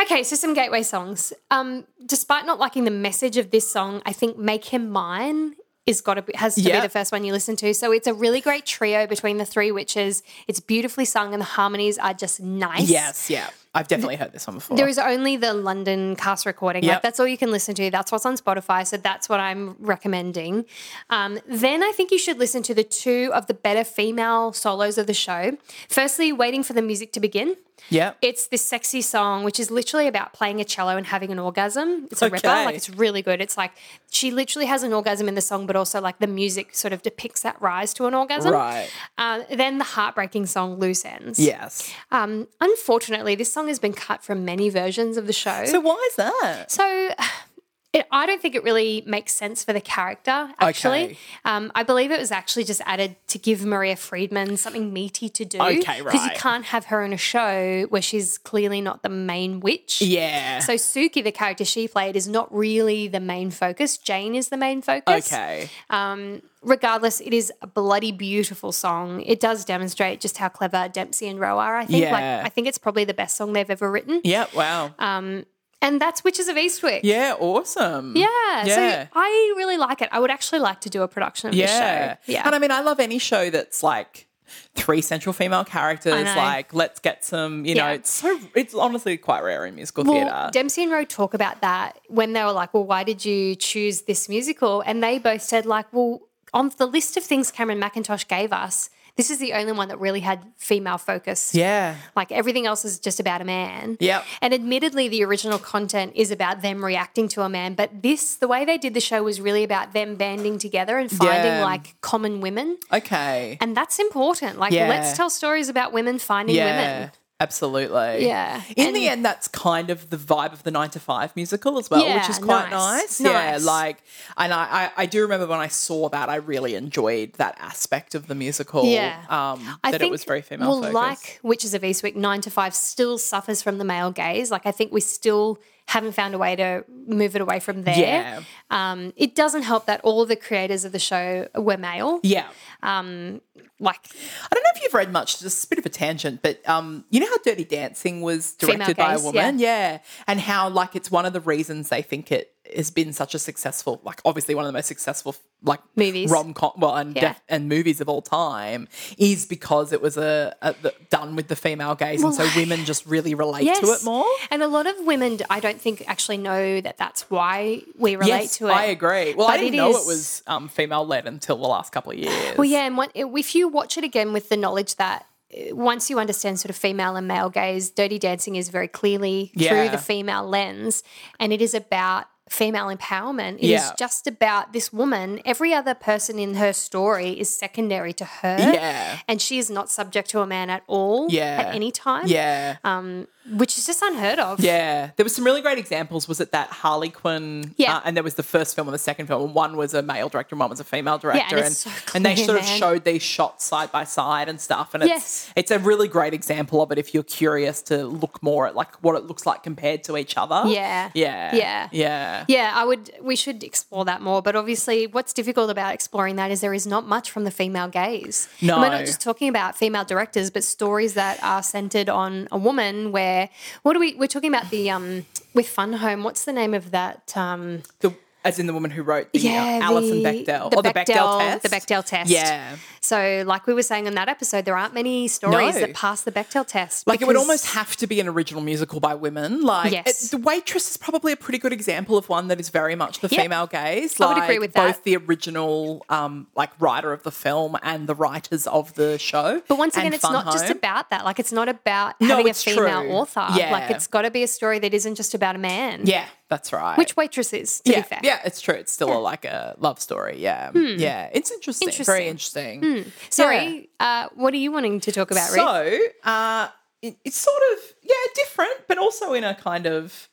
Okay, so some gateway songs. Um, despite not liking the message of this song, I think "Make Him Mine" is got to be, has to be
Yeah.
the first one you listen to. So it's a really great trio between the three witches. It's beautifully sung, and the harmonies are just nice.
Yes. Yeah. I've definitely heard this one before.
There is only the London cast recording. Like
Yep.
that's all you can listen to. That's what's on Spotify. So that's what I'm recommending. Um, then I think you should listen to the two of the better female solos of the show. Firstly, waiting for the music to begin.
Yeah.
It's this sexy song, which is literally about playing a cello and having an orgasm. It's a ripper.
Okay.
Like, it's really good. It's like she literally has an orgasm in the song, but also like the music sort of depicts that rise to an orgasm.
Right.
Uh, then the heartbreaking song Loose Ends.
Yes.
Um, unfortunately, this song has been cut from many versions of the show.
So why is that?
So it, I don't think it really makes sense for the character, actually.
Okay.
Um, I believe it was actually just added to give Maria Friedman something meaty to do.
Okay,
Because you
right.
can't have her in a show where she's clearly not the main witch.
Yeah.
So Suki, the character she played, is not really the main focus. Jane is the main focus.
okay.
Um, regardless, it is a bloody beautiful song. It does demonstrate just how clever Dempsey and Rowe are. I think.
Yeah.
Like, I think it's probably the best song they've ever written.
Yeah. Wow.
Uh, And that's Witches of Eastwick.
yeah. Awesome.
Yeah. So I really like it. I would actually like to do a production of
Yeah.
this show. Yeah.
And I mean, I love any show that's like three central female characters.
know.
Like, let's get some, you know,
Yeah.
it's so, it's honestly quite rare in musical
well,
theatre.
Dempsey and Rowe talk about that when they were like, well, why did you choose this musical? And they both said, like, well, on the list of things Cameron McIntosh gave us, this is the only one that really had female focus.
yeah.
Like everything else is just about a man.
Yep.
And admittedly, the original content is about them reacting to a man, but this, the way they did the show was really about them banding together and finding
Yeah.
like common women.
Okay.
And that's important. Like,
Yeah.
let's tell stories about women finding
yeah.
women.
Absolutely.
Yeah.
In
And-
the end, that's kind of the vibe of the nine to five musical as well, which
Yeah,
is quite
nice,
nice.
nice.
Yeah. Like, and I, I, I do remember when I saw that, I really enjoyed that aspect of the musical.
Yeah.
Um,
I
that
think
it was very female
Well,
focused.
like Witches of Eastwick, nine to five still suffers from the male gaze. Like, I think we still haven't found a way to move it away from there.
Yeah.
Um, it doesn't help that all the creators of the show were male.
yeah.
Like,
I don't know if you've read much, just a bit of a tangent, but um, you know how Dirty Dancing was
Female
directed by a
gaze,
woman? Yeah. And how, like, it's one of the reasons they think it has been such a successful, like, obviously one of the most successful, like,
Movies.
rom com, well, and,
Yeah.
def- and movies of all time is because it was a, a the, done with the female gaze. and so women just really relate to it more.
And a lot of women, I don't think, actually know that that's why we relate
yes,
to it.
I agree. Well,
But
I didn't
it
know
is-
it was um, female led until the last couple of years.
Well, yeah, and one, if you watch it again with the knowledge that uh, once you understand sort of female and male gaze, Dirty Dancing is very clearly through
Yeah.
the female lens, and it is about female empowerment. It is
Yeah.
just about this woman. Every other person in her story is secondary to her.
Yeah.
and she is not subject to a man at all.
Yeah.
at any time.
Yeah.
which is just unheard of.
Yeah, there was some really great examples. Was it that Harley Quinn?
Yeah.
uh, and there was the first film and the second film, and one was a male director and one was a female
and
director,
it's
and
so
and they
clear,
sort
man.
of showed these shots side by side and stuff. And it's
Yes.
it's a really great example of it if you're curious to look more at like what it looks like compared to each other.
Yeah.
yeah,
Yeah.
yeah.
Yeah, I would. We should explore that more. But obviously, what's difficult about exploring that is there is not much from the female gaze.
No.
and we're not just talking about female directors, but stories that are centered on a woman. Where what are we? We're talking about the um with Fun Home. What's the name of that? Um,
The, as in the woman who wrote the
Yeah,
yeah, Alison
the-
Bechdel
the
or the Bechdel,
Bechdel-
test,
the Bechdel test.
Yeah,
so, like we were saying on that episode, there aren't many stories
No.
that pass the Bechdel test.
Like it would
because-
almost have to be an original musical by women. Like
Yes.
it- the waitress is probably a pretty good example of one that is very much the
Yep.
female gaze.
I would
Like
agree with that.
both the original um, like writer of the film and the writers of the show.
But once again,
and
it's
Fun
not just
Home.
about that. Like, it's not about
No,
having a
it's
female
true.
author.
Yeah.
Like, it's got to be a story that isn't just about a man.
Yeah, that's right.
Which waitress is, to
yeah,
be fair. Hmm.
yeah, it's true. It's still a, like a love story. Yeah, yeah, it's interesting. Very interesting.
Sorry, uh, what are you wanting to talk about, Ruth?
So uh, it, it's sort of yeah different, but also in a kind of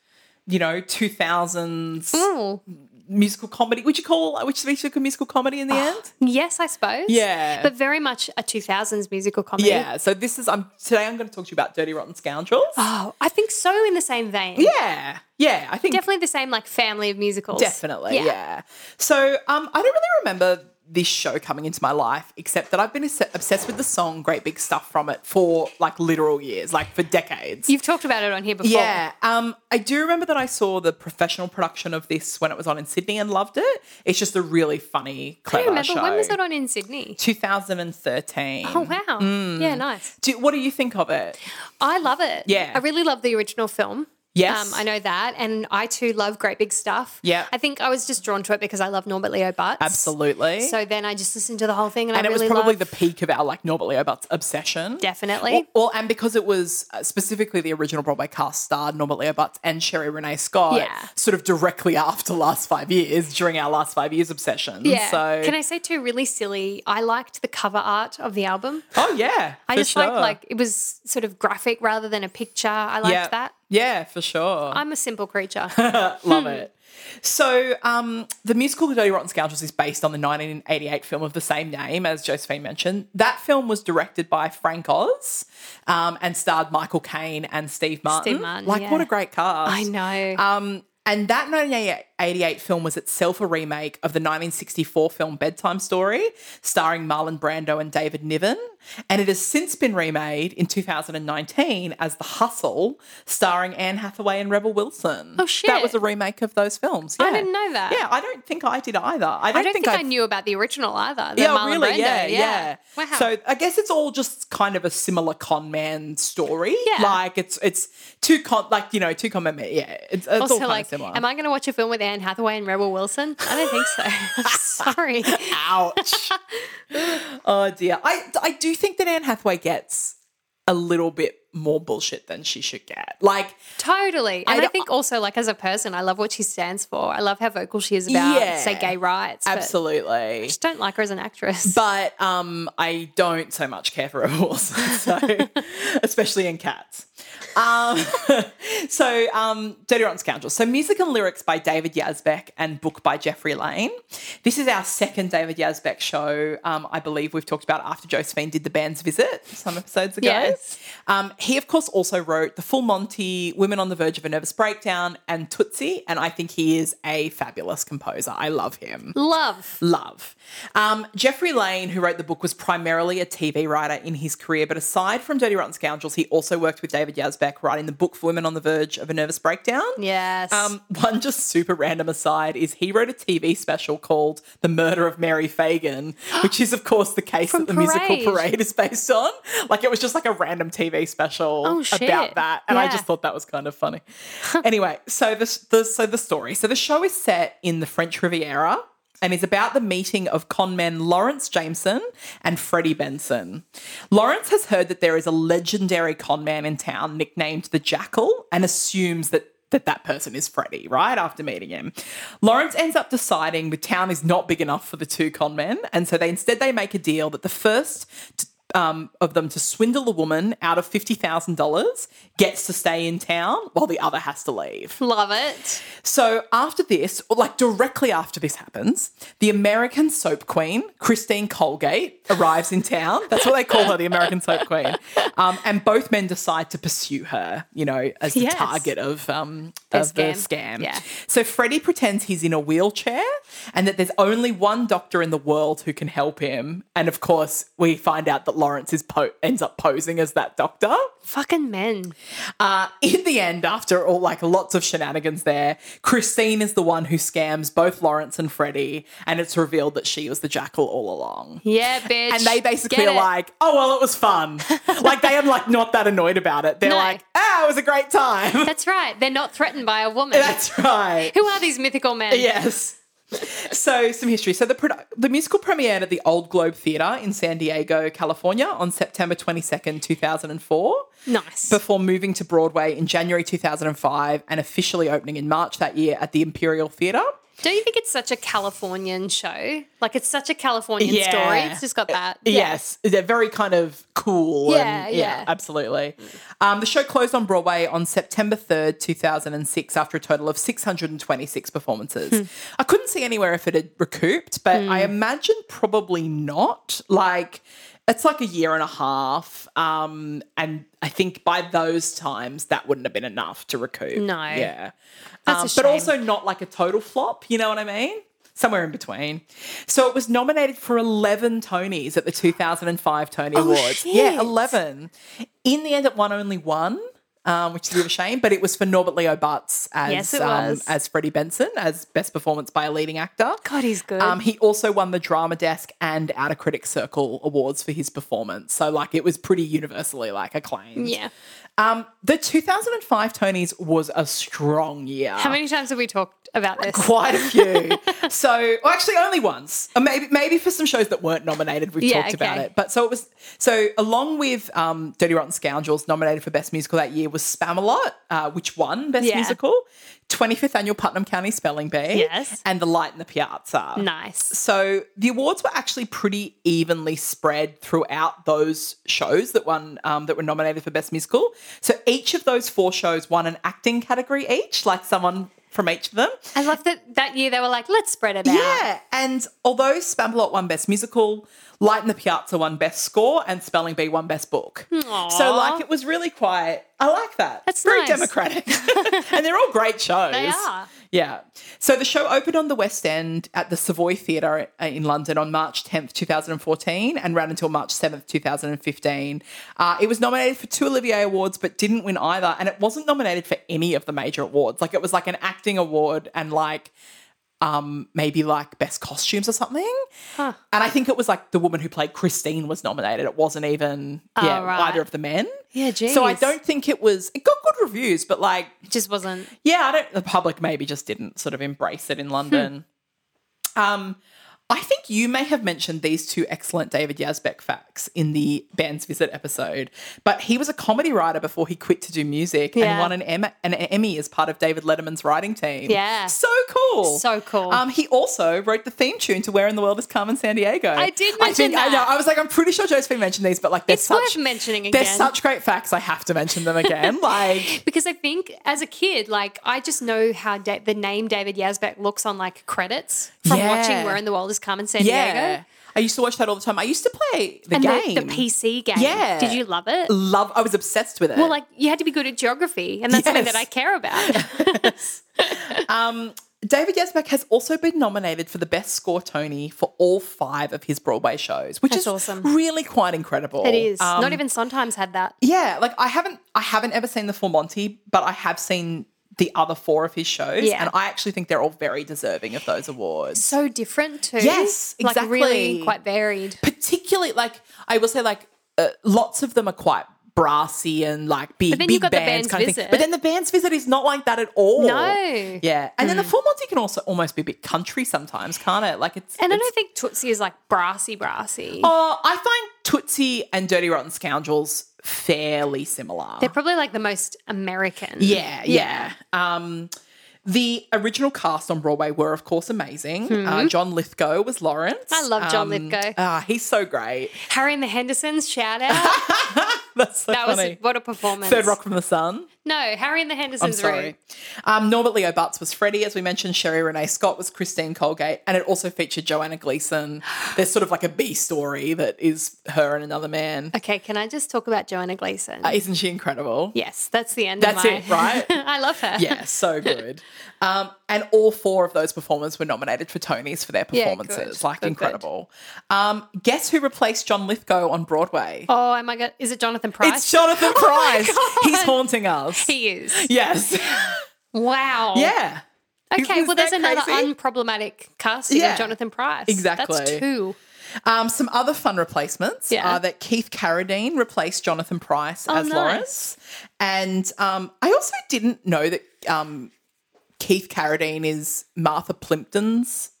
you know two thousands
Oh,
musical comedy. Would you call which is a musical comedy in the end?
yes, I suppose.
Yeah.
But very much a 2000s musical comedy.
Yeah. So this is I'm today I'm going to talk to you about Dirty Rotten Scoundrels.
Oh, I think so in the same vein.
yeah. Yeah. I think
Definitely the same, like, family of musicals.
Definitely, yeah. So um, I don't really remember this show coming into my life, except that I've been obs- obsessed with the song "Great Big Stuff" from it for like literal years, like for decades.
You've talked about it on here before.
yeah, um, I do remember that I saw the professional production of this when it was on in Sydney and loved it. It's just a really funny,
I
clever
don't remember.
show.
When was it on in Sydney?
2013.
Oh, wow.
Mm.
Yeah, nice.
Do, what do you think of it?
I love it.
Yeah.
I really love the original film.
Yes.
Um, I know that. And I too love Great Big Stuff.
Yeah.
I think I was just drawn to it because I love Norbert Leo Butts.
Absolutely.
So then I just listened to the whole thing and,
and
I
it was
really
probably
loved-
the peak of our like Norbert Leo Butts obsession.
Definitely.
Well, well, and because it was uh, specifically the original Broadway cast starred Norbert Leo Butts and Sherry Renee Scott,
Yeah.
sort of directly after last five years, during our last five years obsession.
yeah.
So,
Can I say too, really silly? I liked the cover art of the album.
oh yeah,
I
for
just
sure.
liked like it was sort of graphic rather than a picture. I liked
yeah,
that.
yeah, for sure.
I'm a simple creature.
Love
Hmm.
it. So, um, the musical The Dirty Rotten Scoundrels is based on the 1988 film of the same name, as Josephine mentioned. That film was directed by Frank Oz um, and starred Michael Caine and Steve Martin.
Martin,
like,
yeah.
what a great cast.
I know.
Um, and that 1988 film was itself a remake of the 1964 film Bedtime Story, starring Marlon Brando and David Niven. And it has since been remade in 2019 as The Hustle, starring Anne Hathaway and Rebel Wilson.
Oh, shit.
That was a remake of those films.
I
yeah.
didn't know that.
Yeah, I don't think I did either. I don't,
I don't think, I
I've-
knew about the original either. the Marlon Brando. Wow.
so I guess it's all just kind of a similar con man story.
Yeah.
Like it's it's two con like you know two con men. Yeah, it's, it's all
also,
kind
like,
of similar.
am I going to watch a film with Anne Hathaway and Rebel Wilson? I don't think so. I'm sorry.
Ouch. oh dear. I I do think that Anne Hathaway gets a little bit more bullshit than she should get. Like
Totally. And I,
don't-
think also, like, as a person, I love what she stands for. I love how vocal she is about,
Yeah.
say, gay rights. but
absolutely.
I just don't like her as an actress.
But um, I don't so much care for Rebel Wilson, so, especially in Cats. Um, so, um, Dirty Rotten Scoundrels. So, music and lyrics by David Yazbek and book by Jeffrey Lane. This is our second David Yazbek show. Um, I believe we've talked about after Josephine did the band's visit some episodes ago.
Yes.
Um, he, of course, also wrote The Full Monty, Women on the Verge of a Nervous Breakdown, and Tootsie. And I think he is a fabulous composer. I love him
love.
love. Um, Jeffrey Lane, who wrote the book, was primarily a TV writer in his career, but aside from Dirty Rotten Scoundrels, he also worked with David Yazbek writing the book for Women on the Verge of a Nervous Breakdown.
Yes.
Um, one just super random aside is he wrote a TV special called The Murder of Mary Fagan, which is, of course, the case
From
that the
Parade.
musical Parade is based on. Like, it was just like a random TV special
Oh, shit.
about that. And I
Yeah.
just thought that was kind of funny. anyway, so the, the, so the story. So the show is set in the French Riviera. And is about the meeting of con men Lawrence Jameson and Freddie Benson. Lawrence has heard that there is a legendary con man in town nicknamed the Jackal and assumes that that that person is Freddy, right? After meeting him, Lawrence ends up deciding the town is not big enough for the two con men, and so they instead they make a deal that the first t- um, of them to swindle a woman out of fifty thousand dollars gets to stay in town, while the other has to leave.
love it.
So after this, or like directly after this happens, the American soap queen, Christine Colgate, arrives in town. That's what they call her, the American soap queen. Um, and both men decide to pursue her, you know, as the
Yes.
target of, um, of the
scam.
scam.
Yeah.
So Freddie pretends he's in a wheelchair and that there's only one doctor in the world who can help him. And of course, we find out that Lawrence is po- ends up posing as that doctor.
Fucking men.
Uh, in the end, after all, like lots of shenanigans there, Christine is the one who scams both Lawrence and Freddie, and it's revealed that she was the jackal all along.
Yeah, bitch.
And they basically
Get
are
it.
like, oh, well, it was fun. like, they are like not that annoyed about it. They're
No.
like, ah, it was a great time.
That's right. They're not threatened by a woman.
That's right.
Who are these mythical men?
Yes. So some history. So the produ- the musical premiered at the Old Globe Theatre in San Diego, California, on September twenty second, two thousand and four.
Nice.
Before moving to Broadway in January two thousand and five, and officially opening in March that year at the Imperial Theatre.
Don't you think it's such a Californian show? Like it's such a Californian
Yeah.
story. It's just got that.
Yes, they're very kind of cool.
Yeah,
and,
yeah.
absolutely. Um, the show closed on Broadway on September third, two thousand and six, after a total of six hundred and twenty-six performances.
Hmm.
I couldn't see anywhere if it had recouped, but I imagine probably not. Like. It's like a year and a half, um, and I think by those times that wouldn't have been enough to recoup.
No.
yeah,
That's a
um,
shame.
but also not like a total flop. You know what I mean? Somewhere in between. So it was nominated for 11 Tonys at the 2005 Tony Awards.
Oh, shit.
Yeah, 11. In the end, it won only one. Um, which is a bit of a shame, but it was for Norbert Leo Butts as
Yes, it
um,
was.
as Freddie Benson as best performance by a leading actor.
God, he's good.
Um, he also won the Drama Desk and Outer Critics Circle awards for his performance. So like it was pretty universally like acclaimed.
Yeah.
Um, the 2005 Tonys was a strong year.
How many times have we talked about this?
Quite a few. so, or actually, only once. Or maybe, maybe for some shows that weren't nominated, we've
Yeah,
talked about
okay.
it. But so it was. So, along with um, Dirty Rotten Scoundrels, nominated for Best Musical that year was Spamalot, uh, which won Best
Yeah.
Musical, 25th Annual Putnam County Spelling Bee,
Yes.
and The Light in the Piazza.
Nice.
So the awards were actually pretty evenly spread throughout those shows that won um, that were nominated for best musical. So each of those four shows won an acting category each, like someone from each of them.
I love that that year they were like, let's spread it out.
Yeah, and although Spamalot won Best Musical, Light in the Piazza won Best Score, and Spelling Bee won Best Book. So
Aw.
like it was really quiet. I like that.
That's
very
nice.
democratic, and they're all great shows.
They are.
Yeah. So the show opened on the West End at the Savoy Theatre uh, in London on March 10th, 2014, and ran until March 7th, 2015. Uh, it was nominated for two Olivier Awards, but didn't win either. And it wasn't nominated for any of the major awards. Like it was like an acting award and like um, maybe like best costumes or something. And I think it was like the woman who played Christine was nominated. It wasn't even yeah,
Oh, right.
either of the men.
Yeah,
So I
jeez.
don't think it was. It got good reviews, but like
It just wasn't.
yeah, I don't. The public maybe just didn't sort of embrace it
Hmm.
in London. um, I think you may have mentioned these two excellent David Yazbek facts in the band's visit episode, but he was a comedy writer before he quit to do music and
Yeah.
won an, Emma, an Emmy as part of David Letterman's writing team.
Yeah.
so cool,
So cool.
Um, he also wrote the theme tune to "Where in the World Is Carmen San Diego."
I did
I think
mention
I know.
that.
I was like, I'm pretty sure Josephine mentioned these, but like, they're
It's worth
such
mentioning
They're
again.
such great facts. I have to mention them again. like,
Because I think as a kid, like I just know how da- the name David Yazbek looks on like credits from
Yeah.
watching Where in the World is Carmen San Diego
I used to watch that all the time. I used to play the
and
game.
the, the PC game.
Yeah.
Did you love it?
Love. I was obsessed with it.
Well, like you had to be good at geography, and that's something
Yes.
that I care about.
David Yazbek has also been nominated for the Best Score Tony for all five of his Broadway shows, which
That's
is
awesome.
really quite incredible.
It is.
Um,
Not even sometimes had that.
yeah, like I haven't, I haven't ever seen the Full Monty, but I have seen the other four of his shows,
Yeah.
and I actually think they're all very deserving of those awards.
So different too.
Yes,
Like really
exactly.
quite varied.
particularly like I will say like uh, lots of them are quite brassy and like big
then
big
you've got the
bands
band's
kind of thing.
visit.
But then the band's visit is not like that at all.
No. Mm.
Yeah. And then the full Monty can also almost be a bit country sometimes, can't it? Like it's
And I
it's-
don't think Tootsie is like brassy, brassy.
Oh, I find Tootsie and Dirty Rotten Scoundrels fairly similar.
They're probably like the most American.
Yeah, yeah. Um, the original cast on Broadway were, of course, amazing. Uh, John Lithgow was Lawrence.
Hmm. I love John Lithgow.
Ah, he's so great.
Harry and the Hendersons, shout out.
That's so
That was
funny.
what a performance.
Third Rock from the Sun.
No, Harry and the
I'm
Hendersons
sorry.
route.
Um, Norbert Leo Butz was Freddie, as we mentioned. Sherry Renee Scott was Christine Colgate, and it also featured Joanna Gleason. There's sort of like a B story that is her and another man.
Okay, can I just talk about Joanna Gleason?
Isn't she incredible?
yes, that's the end
That's
of my
it, right?
I love her.
Yeah, so good. Um, and all four of those performers were nominated for Tonys for their
Yeah,
performances.
good, good,
Like
good.
incredible. Um, guess who replaced John Lithgow on Broadway?
Oh, am I go- is it Jonathan Price?
It's Jonathan Price. He's haunting us.
he is.
yes.
Wow.
yeah.
Okay,
Is
well, there's
that
another
crazy?
unproblematic casting
Yeah.
of Jonathan Price. That's
Exactly.
two.
Um, some other fun replacements
Yeah. Oh,
are that Keith Carradine replaced Jonathan Price as
nice.
Lawrence, and um, I also didn't know that um, Keith Carradine is Martha Plimpton's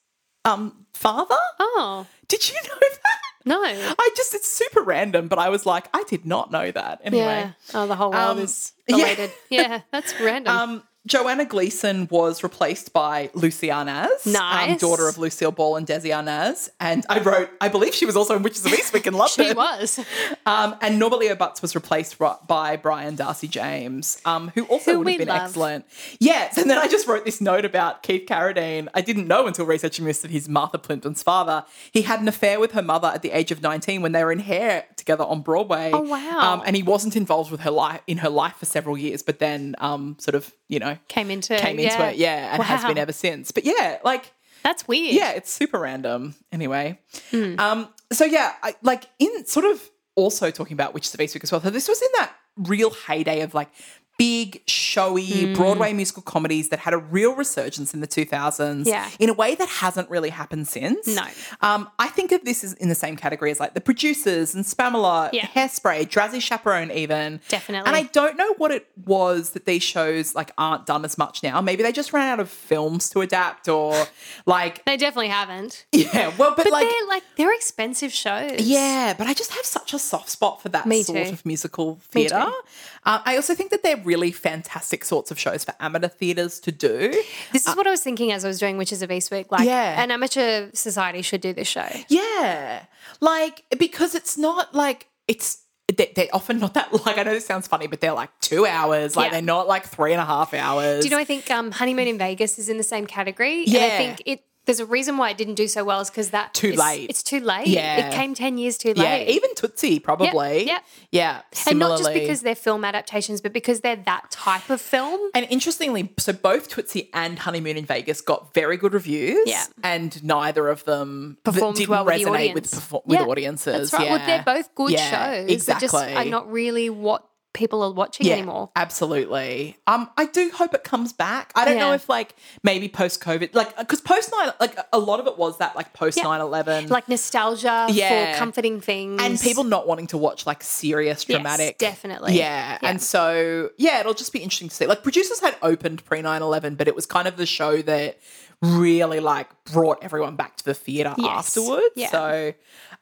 um, father.
Oh,
Did you know that?
no.
I just it's super random, but I was like, I did not know that. Anyway,
Yeah. Oh, the whole world
Um,
is
yeah.
related. Yeah, that's random.
Um, Joanna Gleason was replaced by Lucy Arnaz, um,
Nice.
daughter of Lucille Ball and Desi Arnaz. And I wrote, I believe she was also in Witches of Eastwick and loved
she
it.
was.
Um, and Norbert Leo Butz was replaced ri- by Brian Darcy James, um, who also
Who
would have
we
been
love.
excellent. Yes, and then I just wrote this note about Keith Carradine. I didn't know until researching this that he's Martha Plimpton's father. He had an affair with her mother at the age of 19 when they were in hair together on Broadway.
Oh, wow.
Um, and he wasn't involved with her life in her life for several years, but then um, sort of, you know,
Came into
came into it, yeah, and has
Wow.
been ever since. But yeah, like
That's weird.
yeah, it's super random. Anyway,
Hmm.
um, so yeah, I, like in sort of also talking about Witches of Eastwick as well. So this was in that real heyday of like big, showy
Hmm.
Broadway musical comedies that had a real resurgence in the 2000s
Yeah.
in a way that hasn't really happened since.
No.
Um, I think of this as in the same category as like The Producers and Spamalot,
Yeah.
Hairspray, Drowsy Chaperone, even.
Definitely.
And I don't know what it was that these shows like aren't done as much now. Maybe they just ran out of films to adapt or like,
They definitely haven't.
yeah, well, but,
But
like.
they're like they're expensive shows.
Yeah, but I just have such a soft spot for that
Me
sort
too.
of musical
Me
theatre. Um,
too.
I also think that they're really fantastic sorts of shows for amateur theatres to do.
This is what I was thinking as I was doing Witches of Eastwick. Like
Uh, Yeah.
an amateur society should do this show.
Yeah, like because it's not like it's they, they're often not that. Like I know this sounds funny, but they're like two hours. Like
Yeah.
they're not like three and a half hours.
Do you know I think um, Honeymoon in Vegas is in the same category? And
Yeah.
I think it there's a reason why it didn't do so well is because that
Too
is-
late.
It's too late.
Yeah.
It came ten years too
yeah,
late.
even Tootsie probably.
yep.
Yeah,
and
similarly.
not just because they're film adaptations, but because they're that type of film.
And interestingly, so both Tootsie and Honeymoon in Vegas got very good reviews.
Yeah.
And neither of them th-
Performed
didn't
well with the
resonate with,
audience.
perfor- with
Yeah,
audiences.
That's right.
Yeah.
Well, they're both good
Yeah,
shows. They just are
exactly.
not really what people are watching
Yeah,
anymore.
Absolutely. Um, I do hope it comes back. I don't know
Yeah.
if like maybe post COVID, like because post nine, like a lot of it was that like post nine eleven,
Like nostalgia
Yeah.
for comforting things.
and people not wanting to watch like serious
Yes,
dramatic.
definitely.
Yeah. And so, yeah, it'll just be interesting to see. Like, producers had opened pre 9 11, but it was kind of the show that really like brought everyone back to the theater
Yes.
afterwards.
Yeah.
So,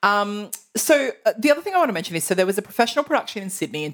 um, so uh, the other thing I want to mention is so there was a professional production in Sydney in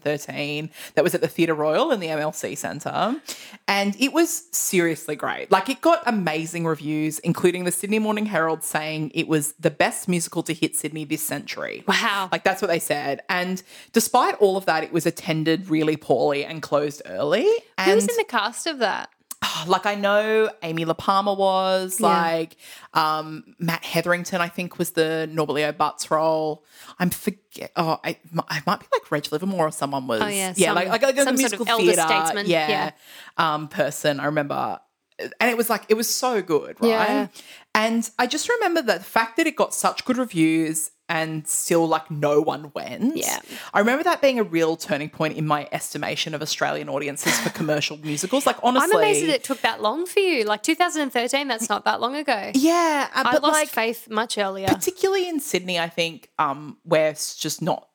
2013 that was at the Theatre Royal in the MLC Centre, and it was seriously great. Like it got amazing reviews, including the Sydney Morning Herald saying it was the best musical to hit Sydney this century.
Wow.
Like that's what they said. And despite all of that, it was attended really poorly and closed early.
Who
And
was in the cast of that?
Ah, like I know Amy LaPalma was, like um, Matt Hetherington, I think was the Norbilio Butts role. I'm forget. Oh, I, I might be like Reg Livermore or someone was.
Oh, yeah,
yeah,
some-
like like, like a
some sort of
musical
elder
theater,
statesman,
yeah, Um, person. I remember. And it was like it was so good, right?
Yeah.
And I just remember that the fact that it got such good reviews and still like no one went.
Yeah.
I remember that being a real turning point in my estimation of Australian audiences for commercial musicals. Like honestly,
I'm amazed that it took that long for you. Like 2013, that's not that long ago.
yeah, uh,
I
but
lost
like
faith much earlier.
particularly in Sydney, I think um, where it's just not.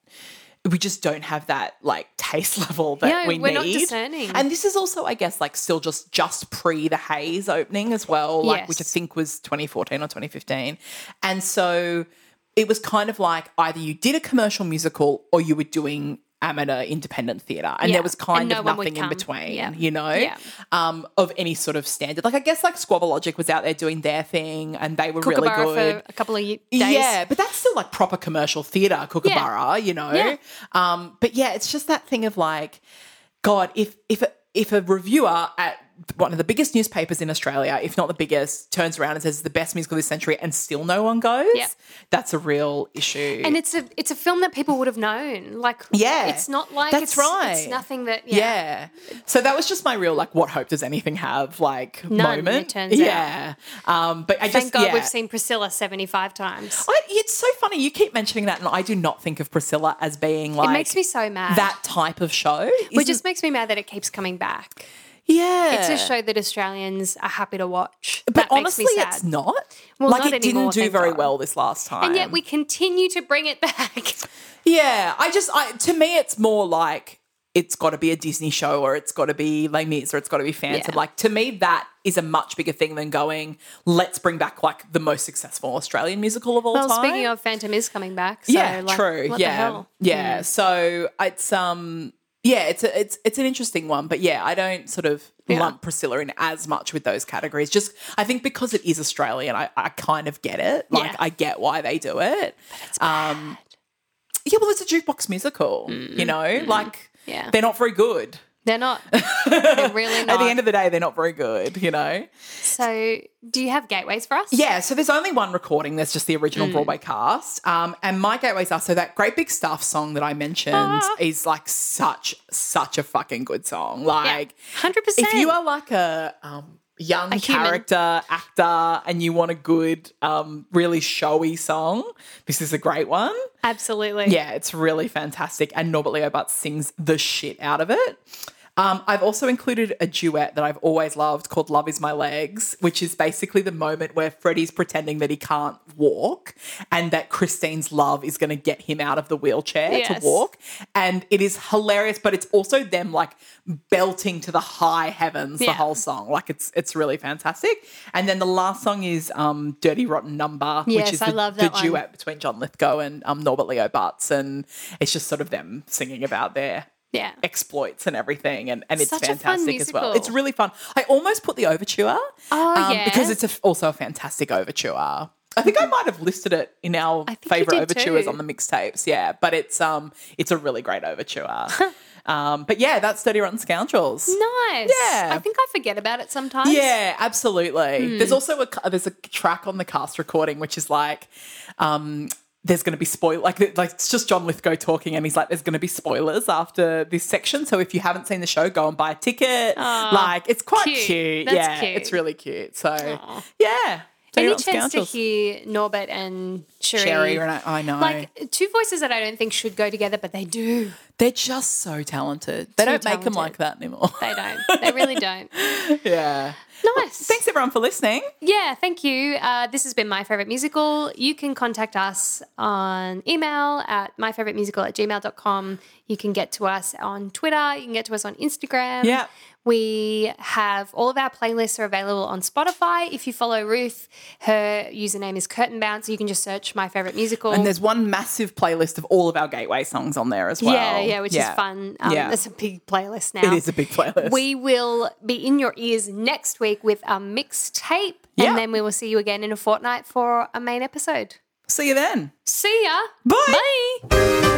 We just don't have that like taste level that
No,
we
we're
need.
not discerning.
And this is also, I guess, like still just just pre the Hayes opening as well, like which I
Yes.
think was 2014 or 2015. And so it was kind of like either you did a commercial musical or you were doing amateur independent theatre, and
Yeah.
there was kind
And no
of
one would
nothing in
come.
between,
Yeah.
you know,
Yeah.
um, of any sort of standard. Like I guess like Squabblelogic was out there doing their thing, and they were really
Kookaburra
good.
for a couple of ye- days.
Yeah, but that's still like proper commercial theatre, Kookaburra, you know.
Yeah.
Um, but yeah, it's just that thing of like, God, if if if a reviewer at one of the biggest newspapers in Australia, if not the biggest, turns around and says it's the best musical this century, and still no one goes,
Yeah.
that's a real issue.
And it's a it's a film that people would have known. Like
Yeah.
it's not like
That's
it's,
right.
It's nothing that yeah.
yeah. So that was just my real like, what hope does anything have? Like
None,
moment.
it turns out.
yeah. Um, but I
Thank
just
God
yeah.
we've seen Priscilla 75 times.
I, it's so funny. You keep mentioning that, and I do not think of Priscilla as being like
it makes me so mad.
that type of show.
Which
Isn't-
just makes me mad that it keeps coming back.
yeah,
It's a show that Australians are happy to watch.
But
that
honestly,
makes me sad.
it's not.
Well,
like
not
it
anymore,
didn't do
thank
very
God.
well this last time.
And yet we continue to bring it back.
yeah. I just, I to me, it's more like it's got to be a Disney show, or it's got to be Les Mis, or it's got to be Phantom.
Yeah.
Like to me, that is a much bigger thing than going. Let's bring back like the most successful Australian musical of all
Well,
time.
speaking of, Phantom is coming back. So,
yeah,
like,
true.
What
yeah,
the hell? Hmm.
yeah. So it's um, yeah, it's a, it's it's an interesting one, but yeah, I don't sort of
Yeah.
lump Priscilla in as much with those categories. Just I think because it is Australian, I, I kind of get it. Like
Yeah.
I get why they do it. But it's um, yeah, well, it's a jukebox musical, you know, like
Mm. Yeah. Oh,
they're not very good.
They're not. They're really not.
At the end of the day, they're not very good, you know.
so, do you have gateways for us?
Yeah, so there's only one recording. That's just the original Broadway cast. Um, and my gateways are so that great big stuff song that I mentioned is like such such a fucking good song. Like,
hundred percent.
if you are like a um, young
human.
character actor and you want a good, um, really showy song, this is a great one.
absolutely,
Yeah, it's really fantastic. And Norbert Leo Butts sings the shit out of it. Um, I've also included a duet that I've always loved called Love Is My Legs, which is basically the moment where Freddie's pretending that he can't walk and that Christine's love is going to get him out of the wheelchair
Yes.
to walk. And it is hilarious, but it's also them like belting to the high heavens the
Yeah.
whole song. Like it's it's really fantastic. And then the last song is um, Dirty Rotten Number,
Yes,
which is
I
the,
love
the
that one.
duet between John Lithgow and um, Norbert Leo Butts. And it's just sort of them singing about their
Yeah.
exploits and everything. And, and it's
Such a fun
fantastic as
musical.
well. It's really fun. I almost put the overture um,
Oh,
because
yes.
it's a, also a fantastic overture. I think I might have listed it in our
I think you
favorite
did
overtures
too.
on the mixtapes. Yeah, but it's um it's a really great overture. um, but yeah, that's Dirty Rotten Scoundrels.
Nice.
Yeah.
I think I forget about it sometimes.
Yeah, absolutely. There's
Hmm.
also a ca- there's a track on the cast recording which is like, um, there's going to be spoil like th- like it's just John Lithgow talking and he's like, there's going to be spoilers after this section, so if you haven't seen the show, go and buy a ticket. like it's quite cute.
cute. That's
yeah,
cute.
it's really cute. So yeah,
Any
Dirty Little
chance
Scoundrels.
to hear Norbert and Sherry?
Cherry, and I, I know
like two voices that I don't think should go together, but they do.
they're just so talented. They
Too
don't make them
talented.
like that anymore.
They don't. They really don't.
yeah.
Nice.
Thanks everyone for listening.
Yeah, thank you. Uh, this has been My Favorite Musical. You can contact us on email at myfavoritemusical at gmail.com. You can get to us on Twitter. You can get to us on Instagram.
Yeah.
We have all of our playlists are available on Spotify. If you follow Ruth, her username is Curtain Bounce. You can just search My Favorite Musical.
And there's one massive playlist of all of our gateway songs on there as well.
yeah, yeah, which is fun. Um,
Yeah.
It's a big playlist now.
It is a big playlist.
We will be in your ears next week with a mixtape.
Yeah.
And then we will see you again in a fortnight for a main episode.
See you then.
See ya.
Bye.
Bye.